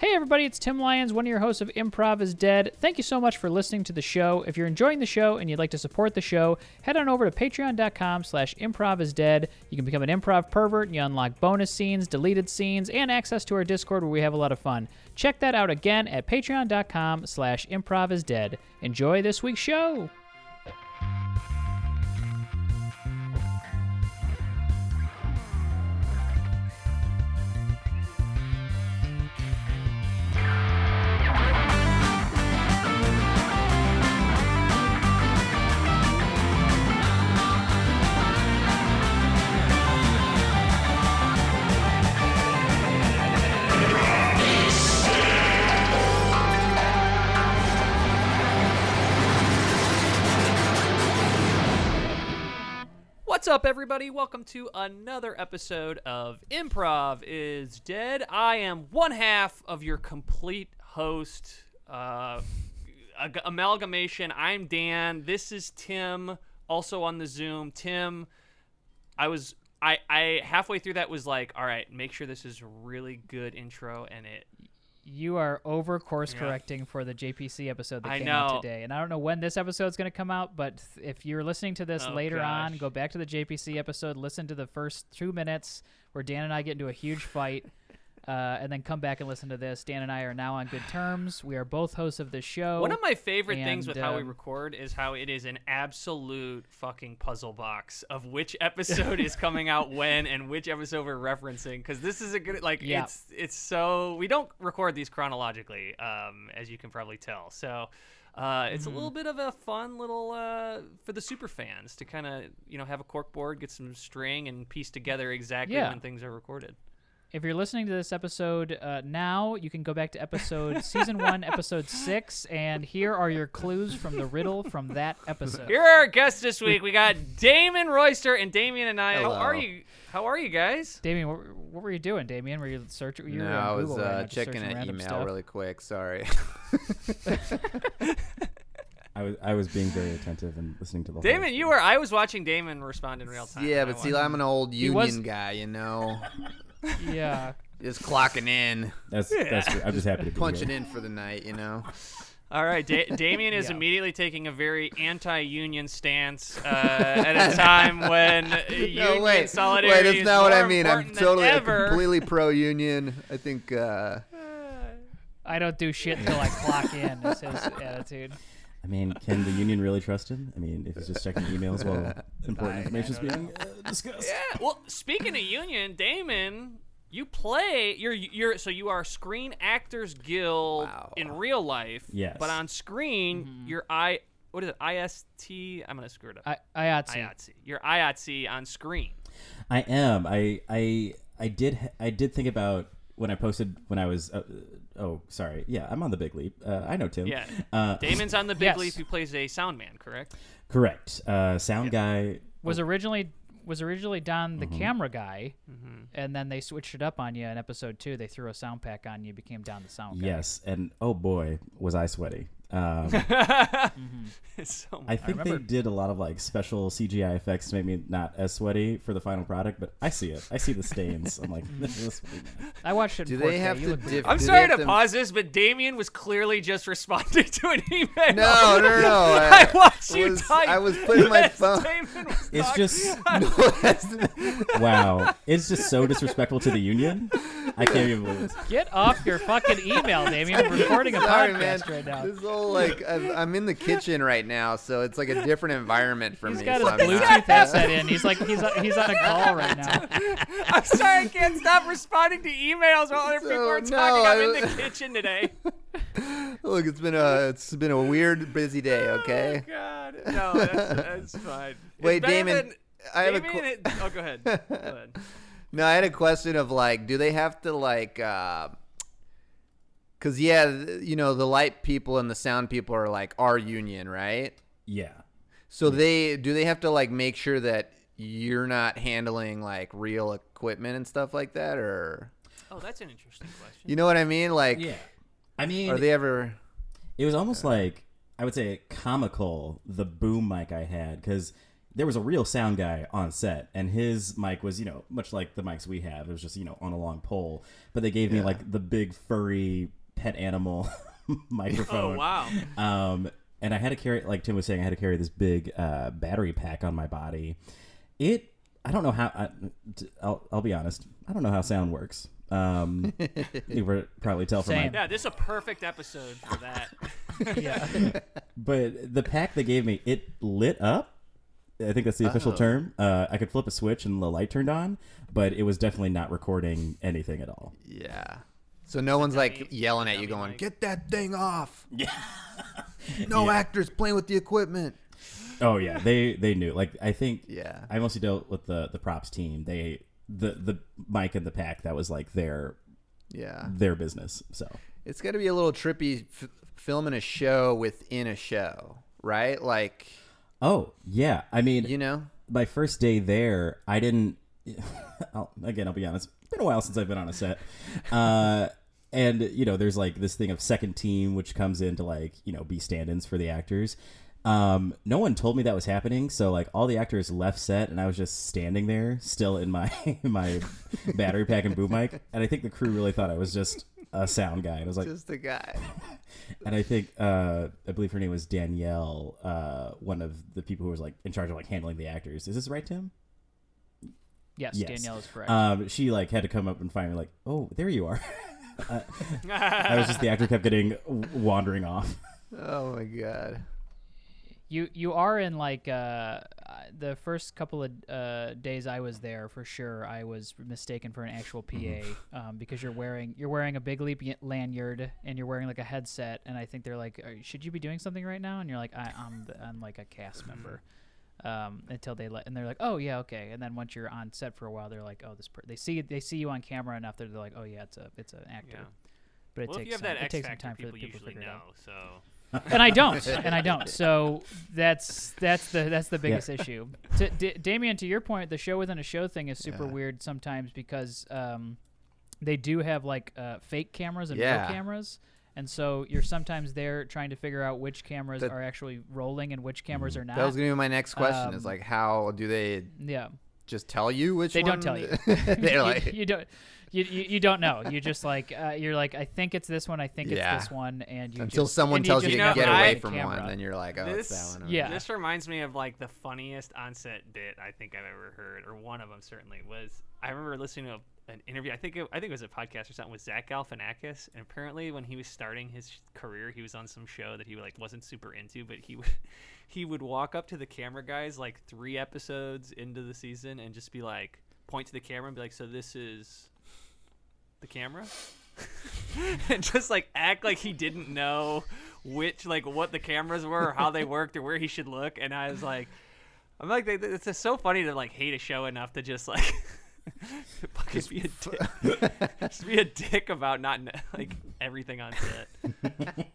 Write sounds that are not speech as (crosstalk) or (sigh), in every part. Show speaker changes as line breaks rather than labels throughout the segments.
Hey everybody, it's Tim Lyons, one of your hosts of Improv is Dead. Thank you so much for listening to the show. If you're enjoying the show and you'd like to support the show, head on over to patreon.com slash improv is dead. You can become an improv pervert and you unlock bonus scenes, deleted scenes, and access to our Discord where we have a lot of fun. Check that out again at patreon.com slash improv is dead. Enjoy this week's show.
What's up, everybody? Welcome to another episode of Improv is Dead. I am one half of your complete host uh, ag- amalgamation. I'm Dan. This is Tim, also on the Zoom. Tim, I was. I, I halfway through that was like, all right, make sure this is a really good intro, and it
You are over course correcting for the JPC episode that
I
came out
know.
today. And I don't know when this episode's going to come out, but th- if you're listening to this
Oh,
later on,
gosh.
go back to the JPC episode, listen to the first two minutes where Dan and I get into a
(laughs)
huge fight, uh, and then come back and listen to this. Dan and I are now on
(sighs)
good terms. We are both hosts of this show.
One of my favorite things
Oh, and,
with how we
um,
record is how it is an absolute fucking puzzle box of which (laughs) episode is coming out when and which episode we're referencing because this is a good like
Yeah.
it's it's so we don't record these chronologically um, as you can probably tell so uh,
Mm-hmm.
it's a little bit of a fun little uh, for the super fans to kind of you know have a cork board get some string and piece together exactly
Yeah.
when things are recorded
if you're listening to this episode uh, now, you can go back to
(laughs)
episode season one, episode six, and here are your clues from the riddle from that episode.
Here are our guests this week.
(laughs)
We got Damon Royster and Damien and I.
Hello.
How are you? How are you guys?
Damien, what, what were you doing, Damien? Were you searching? You were
no,
on
I was
Google right now
uh,
just
checking
searching
an
random
email
stuff.
really
(laughs)
quick. Sorry.
I was I was being very attentive and listening to the.
Damon, you were. I was watching Damon respond in real time.
yeah,
I
but
watched-
see, I'm an old union
was-
guy,
(laughs)
you know,
Yeah.
just clocking in,
whole- That's that's. I'm just happy to be
punching
here.
in for the night,
(laughs)
you know.
all right.
(laughs)
Da- Damien is
Yeah.
immediately taking a very anti-union stance uh,
(laughs)
at a time when union
wait,
solidarity
wait, that's
is
not what
more
I mean. I'm
important than
totally
(laughs)
ever.
completely pro-union. I think uh,
I don't do shit until I clock in, is
(laughs)
his attitude.
I mean, can the union really trust him? I mean, if he's just checking
(laughs)
emails while important information is being uh, discussed.
Yeah. Well, speaking of union, Damon, you play. You're you're so you are Screen Actors Guild
Wow. Mm-hmm.
in real life.
Yes.
But on screen, you're I. What is it? IST. I'm gonna screw it up.
I, IATSE.
IATSE. You're IATSE on screen.
I am. I I I did ha- I did think about when I posted when I was. Uh, uh, oh, sorry. Yeah, I'm on the big leap. Uh, I know Tim.
Yeah.
Uh,
Damon's on the big
Yes.
leap who plays a sound man, correct?
correct. Uh, sound guy.
Was originally was originally Don the
Mm-hmm.
camera guy, and then they switched it up on you in episode two. They threw a sound pack on you, became Don the sound guy.
Yes, and oh boy, was I sweaty. Um,
It's so
I think they did a lot of like special CGI effects to make me not as sweaty for the final product, but I see it. I see the stains. I'm like, (laughs) this is
I watched it.
do
in
they
4K.
have
You
to?
look pretty-
Diff-
I'm
do they
sorry
have
to,
to
pause this, but Damien was clearly just responding (laughs) to an email.
No,
(laughs)
no, no.
I watched you
was,
type.
I was putting my
as
phone. (laughs)
Damon was
It's
talking.
just (laughs)
No,
(laughs)
that's- (laughs)
wow. It's just so disrespectful to the union. I can't even believe this.
Get off your fucking
(laughs)
email, Damien. We're recording a
Sorry, man.
podcast right now.
This whole like, I'm, I'm in the kitchen right now, so it's like a different environment for
He's
me.
got
so
his
I'm not- (laughs)
Bluetooth headset in. He's like he's he's on a call right now.
I'm sorry, I can't stop responding to emails while other
So,
people are
no,
talking. I'm
I-
in the kitchen today.
Look, it's been a it's been a weird, busy day. (laughs) Okay.
Oh, God, no, that's, that's
(laughs)
fine. It's
Wait,
better
Damon,
than-
I have a
Damien,
qu-
it- oh, go
(laughs)
ahead. Go ahead.
No, I had a question of like, do they have to like, uh, cause yeah, th- you know, the light people and the sound people are like our union, right?
Yeah.
So they do they have to like make sure that you're not handling like real equipment and stuff like that, or
Oh, that's an interesting question.
you know what I mean? Like,
Yeah. I mean,
are they ever?
it was almost like I would say comical the boom mic I had because there was a real sound guy on set, and his mic was you know much like the mics we have. It was just you know on a long pole, but they gave me like the big furry pet animal (laughs) microphone.
Oh wow.
Um, and I had to carry, like Tim was saying, I had to carry this big uh, battery pack on my body. It, I don't know how. I, will I'll be honest. I don't know how sound works.
(laughs)
Um, you could probably tell from
Same.
my.
Yeah, this is a perfect episode
(laughs)
for that.
But the pack they gave me, it lit up. I think that's the official term. Uh, I could flip a switch and the light turned on, but it was definitely not recording anything at all.
Yeah. So no one's like yelling at you, going, "Get that thing off!" Yeah. (laughs) no actors playing with the equipment.
Oh yeah, they they knew. Like I think
Yeah.
I mostly dealt with the the props team. They the the mic and the pack that was like their
Yeah.
their business. So
It's got to be a little trippy f- filming a show within a show, right? Like,
oh yeah, I mean
you know,
my first day there, I didn't. (laughs) I'll, again, I'll be honest. It's been a while since I've been on a set, uh, and you know, there's like this thing of second team, which comes in to like you know be stand-ins for the actors. Um, no one told me that was happening, so like all the actors left set, and I was just standing there, still in my (laughs) my battery pack and boom mic, and I think the crew really thought I was just a sound guy, and I was like,
just the guy.
and I think uh, I believe her name was Danielle, uh, one of the people who was like in charge of like handling the actors. Is this right, Tim?
Yes,
Yes.
Danielle is
Uh,
correct.
Um, she like had to come up and find me like, oh, there you are. (laughs) I was just the actor kept getting w-
(laughs)
wandering off.
Oh my god.
you you are in like uh, uh, the first couple of uh, days I was there for sure. I was mistaken for an actual
Mm-hmm.
PA um, because you're wearing you're wearing a big leap y- lanyard and you're wearing like a headset and I think they're like, "Are- should you be doing something right now? And you're like, I, I'm the, I'm like a cast
Mm-hmm.
member. Um, until they let and they're like, oh yeah, okay. And then once you're on set for a while, they're like, oh this per-. they see they see you on camera enough that they're like, oh yeah, it's a it's an actor.
Yeah.
But it
Well, if
takes
you have
some,
that
it
X
takes some
Factor,
time for
people
the people to
usually
figure it out
know. So
and I
(laughs)
don't, and I don't. So that's that's the that's the biggest issue. To, D- Damien, to your point, the show within a show thing is super weird sometimes because um, they do have like uh, fake cameras and
Yeah.
real cameras. And so you're sometimes there trying to figure out which cameras
That-
are actually rolling and which cameras are not.
That was gonna be my next question.
Um,
is like, how do they
yeah,
just tell you which?
they
one?
don't tell you.
(laughs)
(laughs)
They're
You-
like,
you don't, you, you, you don't know. You just like uh, you're like I think it's this one. I think
Yeah.
it's this one. And you
(laughs) until
just,
someone
and you
tells you,
just
You
to
know,
never
get
look at
away
the
from
camera.
one, then you're like, oh, it's
this,
that one.
Yeah.
this reminds me of like the funniest onset bit I think I've ever heard, or one of them certainly was. I remember listening to a, an interview. I think it, I think it was a podcast or something with Zach Galifianakis, and apparently when he was starting his sh- career, he was on some show that he like wasn't super into, but he would (laughs) he would walk up to the camera guys like three episodes into the season and just be like point to the camera and be like, "So this is the camera." and (laughs) just like act like he didn't know which like what the cameras were or how they worked or where he should look and i was like i'm like they- they- it's just so funny to like hate a show enough to just like (laughs) fucking be a dick
(laughs)
just be a dick about not kn- like everything on set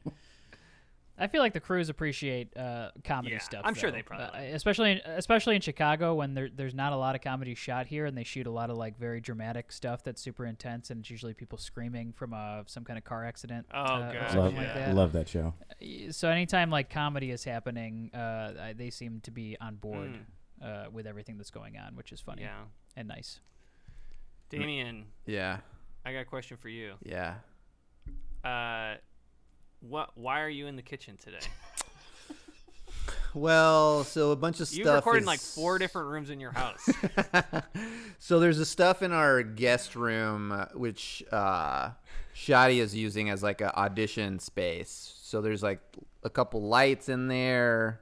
I feel like the crews appreciate uh, comedy
Yeah,
stuff.
I'm sure
though.
they probably
Uh, especially in, especially in Chicago when there, there's not a lot of comedy shot here, and they shoot a lot of like very dramatic stuff that's super intense, and it's usually people screaming from uh, some kind of car accident.
Oh,
uh, or
God,
something
love,
like
yeah.
that.
love that show.
Y- So anytime like comedy is happening, uh, I- they seem to be on board uh, with everything that's going on, which is funny
Hmm. yeah
and
(laughs)
nice.
Mm.
damien
Yeah.
i got a question for you
Yeah.
uh what why are you in the kitchen today
Well, so a bunch of stuff.
you recorded in like
is-
four different rooms in your house
so there's the stuff in our guest room uh, which uh Shadi is using as like a audition space. So there's like a couple lights in there.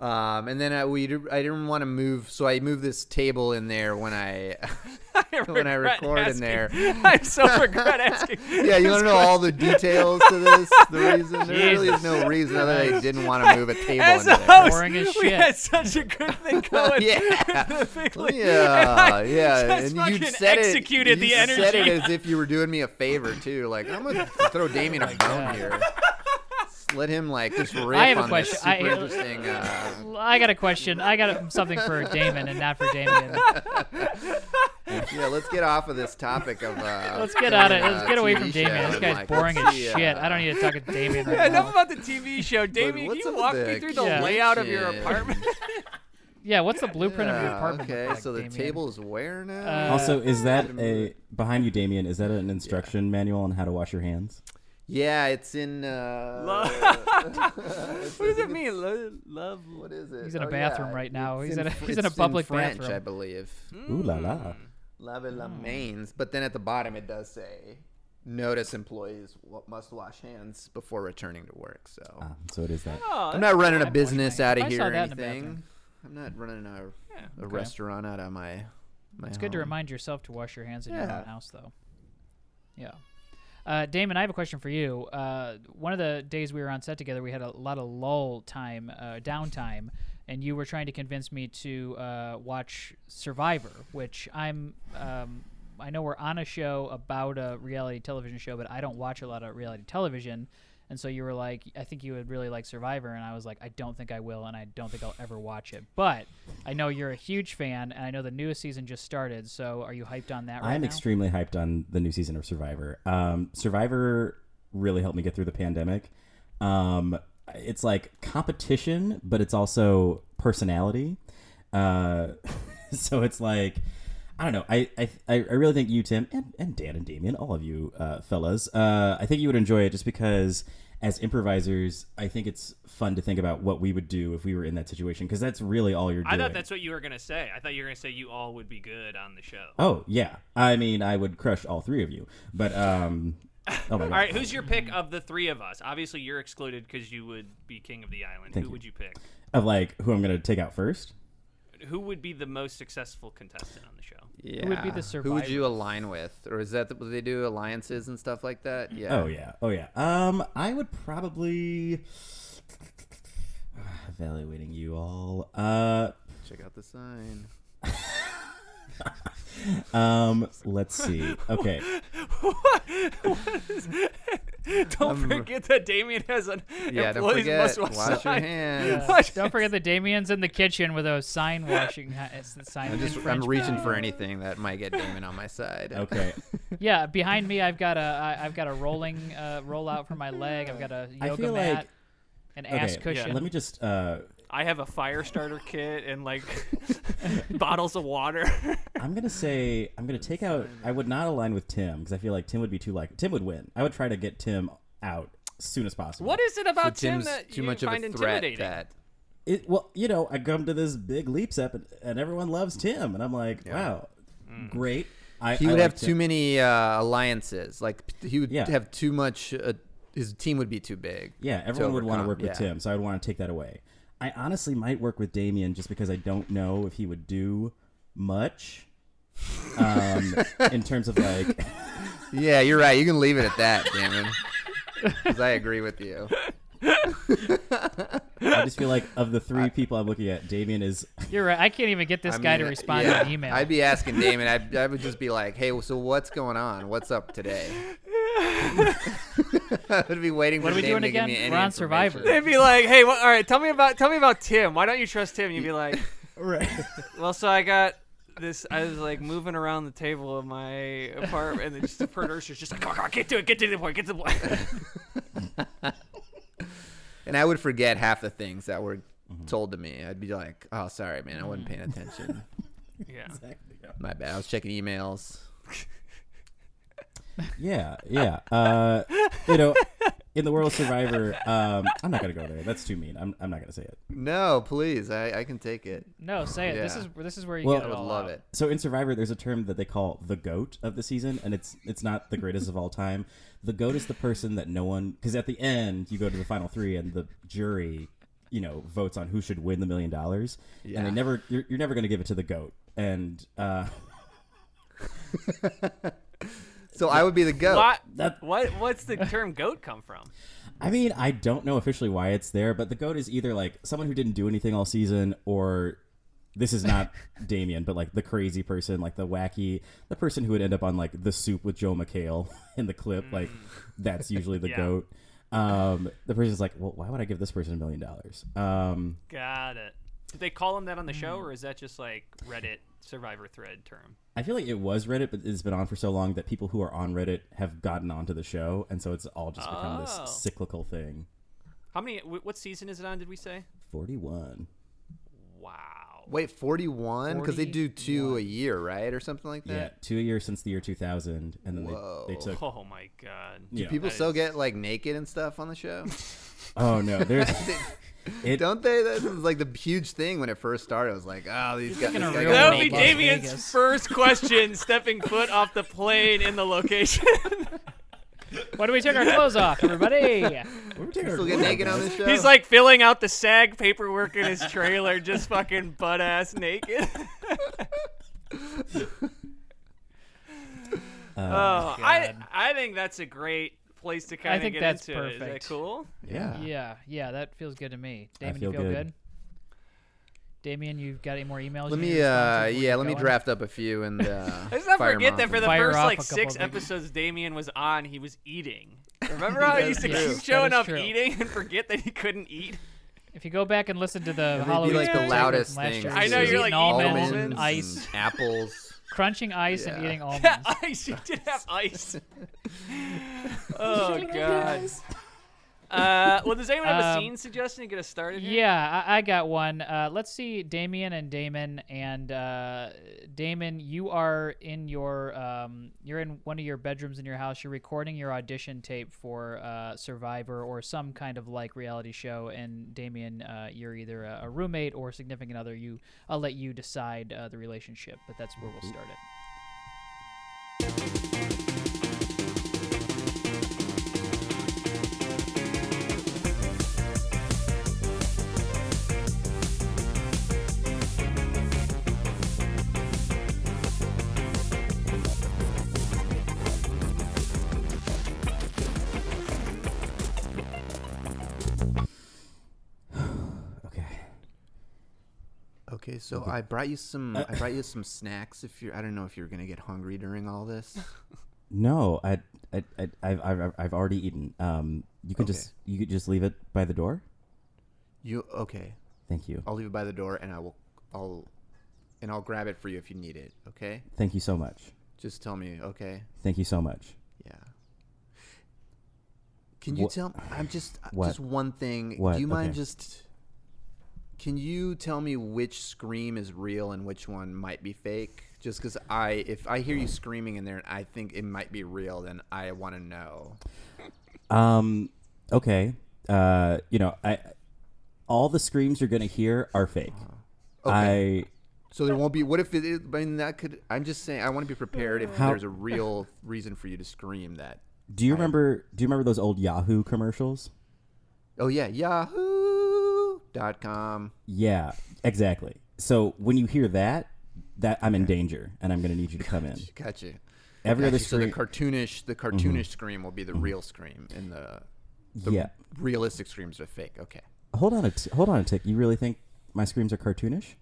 Um, and then I we I didn't want to move, so I moved this table in there when I (laughs) When I
regret
record in
asking-
there.
(laughs) i so regret asking
(laughs) yeah, you want to know all the details to this? The reason there really is no reason other than I didn't want to move a table
as
into
a
there.
host,
Boring as
we
shit.
had such a good
(laughs)
thing going.
Yeah.
with the big league, and
(laughs) Yeah,
(laughs)
I
yeah,
just
and you
fucking
said
executed
it. You
the energy.
said it as if you were doing me a favor too. Like I'm gonna
(laughs)
throw Damien a bone here. Just Let him like just riff
I have a
on this
question.
super
I- (laughs)
interesting. Uh,
Well, I got a question. I got a, something for Damon and not for
(laughs)
Damien.
Oh, yeah, let's get off of this topic of. Uh,
Let's get out of.
filming,
Let's
uh,
get away
TV
from
show
Damien. This
and,
guy's
like,
boring
let's
as
see,
shit.
uh,
I don't need to talk to
(laughs)
Damien right
Yeah, (laughs) enough
now.
about the TV show, Damien. Can
what's
you
up
walk
with
me
the
through the
kitchen? (laughs)
layout of your apartment?
yeah, what's the blueprint of your
Yeah,
apartment? look
okay,
like,
so the
Damien?
table's where now?
Uh,
also, is that a behind you, Damien? Is that an instruction manual on how to wash your hands?
yeah, it's in. Uh,
what does it mean? Lo- love.
What is it?
He's in a
Oh,
bathroom
yeah,
right now.
it's
He's in a-
Fr-
he's in a
it's
public
French,
bathroom.
I believe.
Ooh la
Hmm.
la!
Lave la mains, but then at the bottom it does say, "Notice employees wa- must wash hands before returning to work." So
Ah, so it is that.
Oh,
I'm not running a
wash
business
hands.
out of
I
here
saw
or
that in the
anything.
bathroom.
I'm not running a,
Yeah,
a restaurant out of my. my
It's good to
home.
remind yourself to wash your hands in your
Yeah.
own house, though. Yeah. Uh, Damon, I have a question for you. Uh, one of the days we were on set together, we had a lot of lull time, uh, downtime, and you were trying to convince me to uh, watch Survivor, which I'm. Um, I know we're on a show about a reality television show, but I don't watch a lot of reality television. And so you were like, I think you would really like Survivor. And I was like, I don't think I will. And I don't think I'll ever watch it. But I know you're a huge fan. And I know the newest season just started. So are you hyped on that right
I'm
now?
extremely hyped on the new season of Survivor. Um, Survivor really helped me get through the pandemic. Um, it's like competition, but it's also personality. Uh, (laughs) so it's like I don't know. I, I I really think you, Tim, and, and Dan and Damien, all of you uh, fellas, uh, I think you would enjoy it just because as improvisers, I think it's fun to think about what we would do if we were in that situation because that's really all you're doing.
I thought that's what you were gonna say. I thought you were gonna say you all would be good on the show.
Oh yeah, I mean I would crush all three of you, but um, oh my god,
All right, who's your pick of the three of us? Obviously, you're excluded because you would be king of the island.
Thank
Who
you.
would you pick?
of like who I'm gonna take out first?
Who would be the most successful contestant on the (laughs) show?
Yeah.
would be the
Who would you align with, or is that the, what they do alliances and stuff like that? Yeah.
Oh yeah, oh yeah. Um, I would probably uh, evaluating you all. Uh,
Check out the sign.
um, let's see. Okay,
Don't forget that Damien has an
Yeah, don't
employees
forget.
must
Wash,
wash
your
sign.
hands.
Don't forget that Damien's in the kitchen with a sign washing. ha- It's the sign.
I'm
in
just I'm
French.
reaching for anything that might get Damon on my side.
okay.
Yeah, behind me, I've got a I, I've got a rolling uh, rollout for my leg. I've got a
I
yoga
feel
mat,
like-
an ass
Okay,
cushion.
let me just uh
I have a fire starter kit and
(laughs)
like (laughs) bottles of water.
I'm gonna say I'm gonna take out. I would not align with Tim because I feel like Tim would be too like Tim would win. I would try to get Tim out as soon as possible.
what is it
So
about Tim
Tim's
uh,
that
too
you
much of
find
a threat
intimidating?
that
it well you know i come to this big leaps up and, and everyone loves tim and i'm like wow great i
he
I
would
like
have
Tim.
too many uh, alliances. Like p- he would
Yeah.
have too much. Uh, his team would be too big.
yeah everyone would want to
overcome,
work with
yeah.
tim so i would want to take that away i honestly might work with damien just because i don't know if he would do much
(laughs)
um, in terms of like
Yeah, you're right. You can leave it at that, Damon. (laughs) Because I agree with you.
i just feel like of the three people i'm looking at damien is
You're right. I can't even get this
I
guy to
mean,
respond
yeah.
to an email.
I'd be asking Damon. I'd, I would just be like, "Hey, so what's going on? What's
(laughs)
up today?" (laughs) I would be waiting
What are
for
we
Damon
doing
to give me
again?
any
We're on
information.
Survivor.
They'd be like, "Hey, well, all right, tell me about tell me about Tim. Why don't you trust Tim?" You'd be (laughs) like,
right
"Well, so I got this. I was like moving around the table of my apartment, and then just the producer's just like, come on, come on, get to it, get to the point, get to the point." (laughs)
And I would forget half the things that were told to me. I'd be like, "Oh, sorry, man, I wasn't paying attention.
yeah.
My bad. I was checking emails."
(laughs) yeah yeah uh, you know in the world of survivor um, i'm not gonna go there that's too mean i'm, I'm not gonna say it
No, please. I, I can take it.
no, say it. This
Yeah.
is this is where you
Well-
get
I
it
would
all
love
out.
it.
So in Survivor, there's a term that they call the goat of the season, and it's it's not the greatest of all time. The goat is the person that no one because at the end you go to the final three and the jury, you know, votes on who should win the million dollars, and
Yeah.
they never you're, you're never going to give it to the goat. And uh, (laughs)
So I would be the goat.
What?
that-
what? What's the term "goat" come from?
I mean, I don't know officially why it's there, but the goat is either like someone who didn't do anything all season, or this is
(laughs)
not Damien, but like the crazy person, like the wacky, the person who would end up on like the soup with Joe McHale (laughs) in the clip. Like that's usually the
Mm. (laughs) Yeah.
goat. Um, the person's like, well, why would I give this person a million dollars? Um,
Got it. Did they call him that on the show, or is that just like Reddit Survivor thread term?
I feel like it was Reddit, but it's been on for so long that people who are on Reddit have gotten onto the show, and so it's all just become
Oh.
this cyclical thing.
How many? wh- What season is it on? Did we say?
Forty-one.
Wow.
wait, 41? Because they do two a year, right? Or something like
Yeah,
that?
two a year since the year 2000, and then
Whoa.
they, they took.
Oh my god.
Yeah.
People
That
still
is-
get like naked and stuff on the show. (laughs)
Oh no, there's it.
Don't they? That was like the huge thing when it first started. It was like, oh, these guys.
thinking
this
of
guy
real
got
That would be
Las
naked.
Damien's
Vegas.
first question stepping foot off the plane in the location.
Why do we take our clothes
(laughs)
off, everybody?
we (laughs) were taking our
Still get
clothes off,
naked on
guys.
this show.
He's like filling out the SAG paperwork in his trailer, just fucking butt ass naked. (laughs)
Uh,
oh, I
God.
I think that's a great place to kind of
think
get
that's
into it. Is that
perfect.
cool?
yeah.
Yeah, yeah, that feels good to me. Damien,
feel
you feel
good.
good. Damien, you got any more emails?
Let
you need
me,
to respond to before
uh,
we
yeah,
get
let me
going?
draft up a few and. Uh,
Let's not
fire 'em
forget
off.
that for the
Fire
first
off
like
a couple
six
of these.
episodes Damien was on, he was eating. Remember how he used to
Yes, that
keep
is
showing up
true.
eating and forget that he couldn't
(laughs)
eat? (laughs)
If you go back and listen to the
It'd be
Halloween,
like the
episode
loudest
from last
thing.
year,
I know,
he's eating
you're like,
almonds,
almonds
and
and
ice,
apples.
crunching ice, and
Yeah.
eating almonds.
Yeah, ice. You did have ice.
(laughs)
oh god. Uh, well, does anyone have a
Um,
scene suggestion to get us started? Here?
Yeah, I, I got one. Uh, let's see, Damien and Damon and uh, Damon. You are in your um, you're in one of your bedrooms in your house. You're recording your audition tape for uh, Survivor or some kind of like reality show. And Damien, uh, you're either a, a roommate or significant other. You, I'll let you decide uh, the relationship, but that's where we'll start it.
Okay.
(laughs) Okay, so I brought you some. I brought you some snacks. If you're, I don't know if you're gonna get hungry during all this.
No, I, I, I I've, I've, I've already eaten. Um, you can
Okay.
just you could just leave it by the door.
You okay?
Thank you.
I'll leave it by the door, and I will. I'll, and I'll grab it for you if you need it. Okay?
Thank you so much.
Just tell me. Okay?
Thank you so much.
Yeah. Can you
Wha-
tell? I'm just uh,
What?
just one thing.
What?
Do you mind
Okay.
just? Can you tell me which scream is real and which one might be fake? Just because I, if I hear you screaming in there and I think it might be real, then I want to know.
Um, okay. Uh, you know, I all the screams you're gonna hear are fake.
Uh-huh.
I
So there won't be. What if it? Is, I mean, that could. I'm just saying. I want to be prepared if
How-
there's a real reason for you to scream that.
do you remember do you remember those old Yahoo commercials?
Oh yeah, Yahoo.com.
Yeah, exactly. So when you hear that, that I'm in danger and I'm gonna need you to come in.
Gotcha.
Every
Gotcha.
other Mm-hmm.
So the
scream,
cartoonish, the cartoonish scream will be the real scream, and the the
yeah.
realistic screams are fake. Okay.
Hold on a t- hold on a tick. You really think my screams are cartoonish?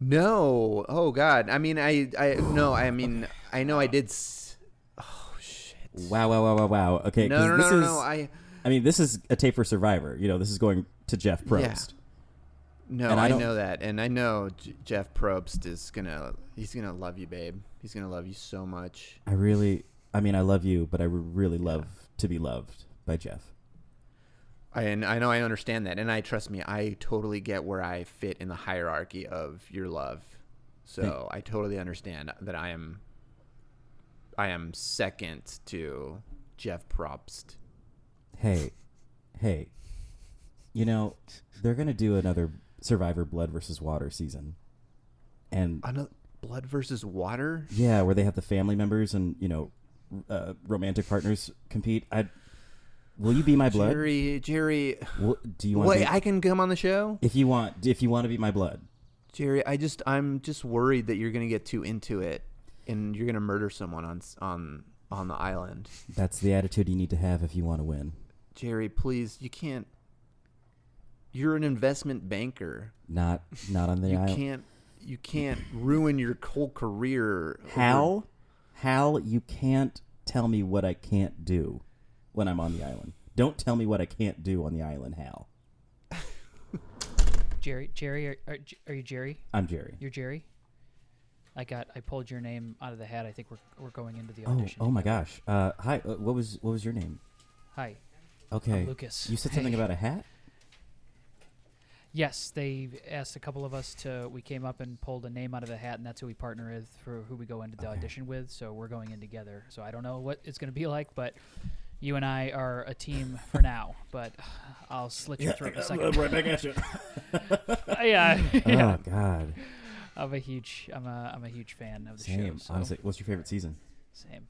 No. Oh God. I mean, I I no. I mean, I know I did. S- oh shit.
Wow, wow, wow, wow, wow. Okay,
No,
'cause
no, no,
this
no,
is,
no. I
I mean, this is a tape for Survivor. You know, this is going to Jeff Probst.
no.
and I
I,
don't-
know that, and I know J- Jeff Probst is gonna. He's gonna love you, babe. He's gonna love you so much.
I really, I mean, I love you, but I would really love to be loved by Jeff.
I, and I know I understand that, and I trust me, I totally get where I fit in the hierarchy of your love. So I totally understand that I am, I am second to Jeff Probst.
Hey, hey, you know, they're gonna do another Survivor Blood versus Water season, and
Another blood versus water.
yeah, where they have the family members and you know, uh, romantic partners compete. I will you be my blood?
Jerry, Jerry,
Will, do you want?
wait, I can come on the show.
if you want, if you want to be my blood,
Jerry, I just, I'm just worried that you're gonna get too into it, and you're gonna murder someone on s- on on the island.
that's the attitude you need to have if you want to win.
Jerry, please, you can't. You're an investment banker.
Not, not on the
You
island.
can't you can't ruin your whole career. over-
Hal, Hal, you can't tell me what I can't do when I'm on the island. Don't tell me what I can't do on the island, Hal.
Jerry, Jerry, are, are, are you Jerry?
I'm Jerry.
You're Jerry. I got. I pulled your name out of the hat. I think we're we're going into the
Oh,
audition.
oh my gosh. Uh, hi. Uh, what was what was your name?
Hi.
Okay,
Lucas.
You said something
Hey.
about a hat.
Yes, they asked a couple of us to. We came up and pulled a name out of the hat, and that's who we partner with for who we go into the audition with. So we're going in together. So I don't know what it's going to be like, but you and I are a team for now. But I'll slit your throat in a second.
(laughs) right back at you.
yeah,
Oh God,
I'm a huge. I'm a. I'm a huge fan of the
damn!
show. so-
Honestly, what's your favorite season?
same.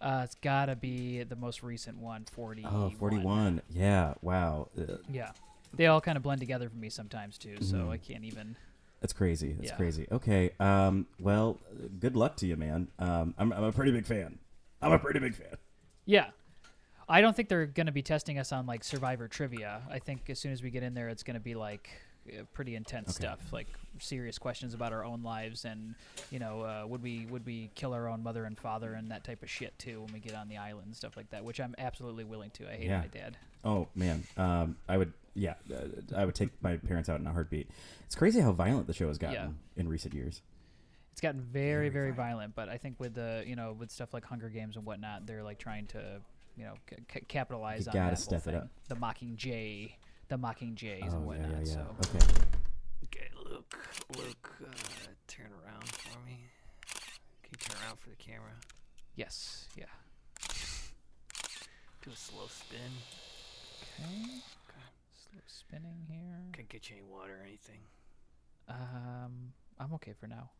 Uh, it's got to be the most recent one, 40.
Oh, 41. Yeah, wow, Uh,
Yeah, they all kind of blend together for me sometimes too.
Mm-hmm.
So I can't even.
that's crazy. That's
Yeah.
crazy. Okay, um, well, uh, good luck to you, man. Um, I'm, I'm a pretty big fan. I'm a pretty big fan.
Yeah. I don't think they're going to be testing us on like survivor trivia. I think as soon as we get in there, it's going to be like uh, pretty intense stuff, like serious questions about our own lives and you know uh, would we would we kill our own mother and father and that type of shit too when we get on the island and stuff like that, which I'm absolutely willing to. I hate
Yeah.
my dad.
Oh man, um, I would. Yeah, uh, I would take my parents out in a heartbeat. It's crazy how violent the show has gotten
Yeah.
in recent years.
It's gotten very very violent, but I think with the you know with stuff like Hunger Games and whatnot, they're like trying to you know c- c- capitalize on
gotta
that whole
step it
thing.
up.
The mocking Jay, the mocking Jays
Oh
and whatnot.
yeah, yeah, yeah.
So
Okay.
Okay, Luke. Luke, uh, turn around for me. Can you turn around for the camera?
yes, yeah.
Do a slow spin.
Okay. Slow spinning here.
Can I get you any water or anything?
Um, I'm okay for now.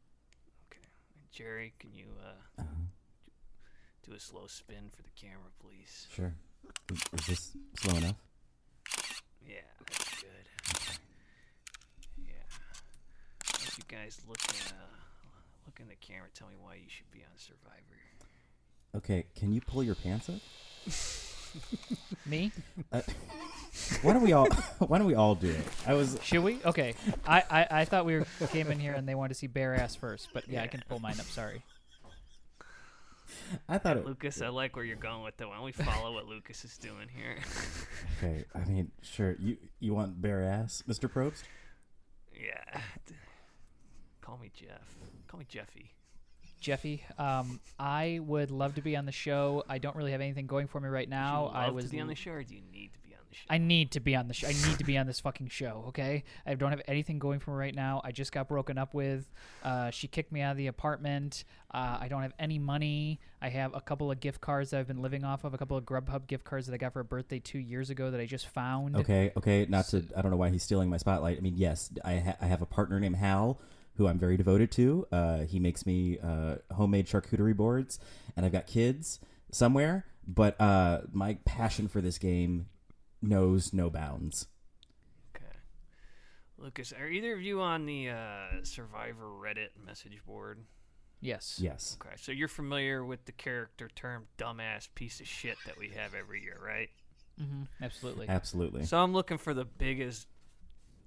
(laughs)
Jerry, can you uh,
Uh-huh,
do a slow spin for the camera, please?
Sure. Is, is this slow enough?
Yeah, that's good. Yeah. If you guys look in, uh, look in the camera, tell me why you should be on Survivor.
Okay. Can you pull your pants up?
Me?
Why don't
(laughs)
we all? (laughs) Why don't we all do it? I was.
Should we? Okay. I, I, I thought we were, came in here and they wanted to see bare ass first, but yeah, I can pull mine up. Sorry.
I thought it.
Lucas, I like where you're going with that. Why don't we follow what Lucas is doing here? (laughs)
Okay. I mean, sure. You you want bare ass, Mr. Probst?
yeah. Call me Jeff. Call me Jeffy.
Jeffy, um, I would love to be on the show. I don't really have anything going for me right
Do you
now.
love
I was
to be on the
l-
show, or do you need to be on the show?
I need to be on the show. I need to be on this fucking show, okay? I don't have anything going for me right now. I just got broken up with. Uh, she kicked me out of the apartment. Uh, I don't have any money. I have a couple of gift cards that I've been living off of, a couple of Grubhub gift cards that I got for a birthday two years ago that I just found.
Okay. Okay. Not to. I don't know why he's stealing my spotlight. I mean, yes. I ha- I have a partner named Hal. Who I'm very devoted to. Uh, he makes me uh, homemade charcuterie boards, and I've got kids somewhere. But uh, my passion for this game knows no bounds.
Okay. Lucas, are either of you on the uh, Survivor Reddit message board?
Yes.
Yes.
Okay, so you're familiar with the character term dumbass piece of shit that we have every year, right?
hmm Absolutely.
Absolutely.
So I'm looking for the biggest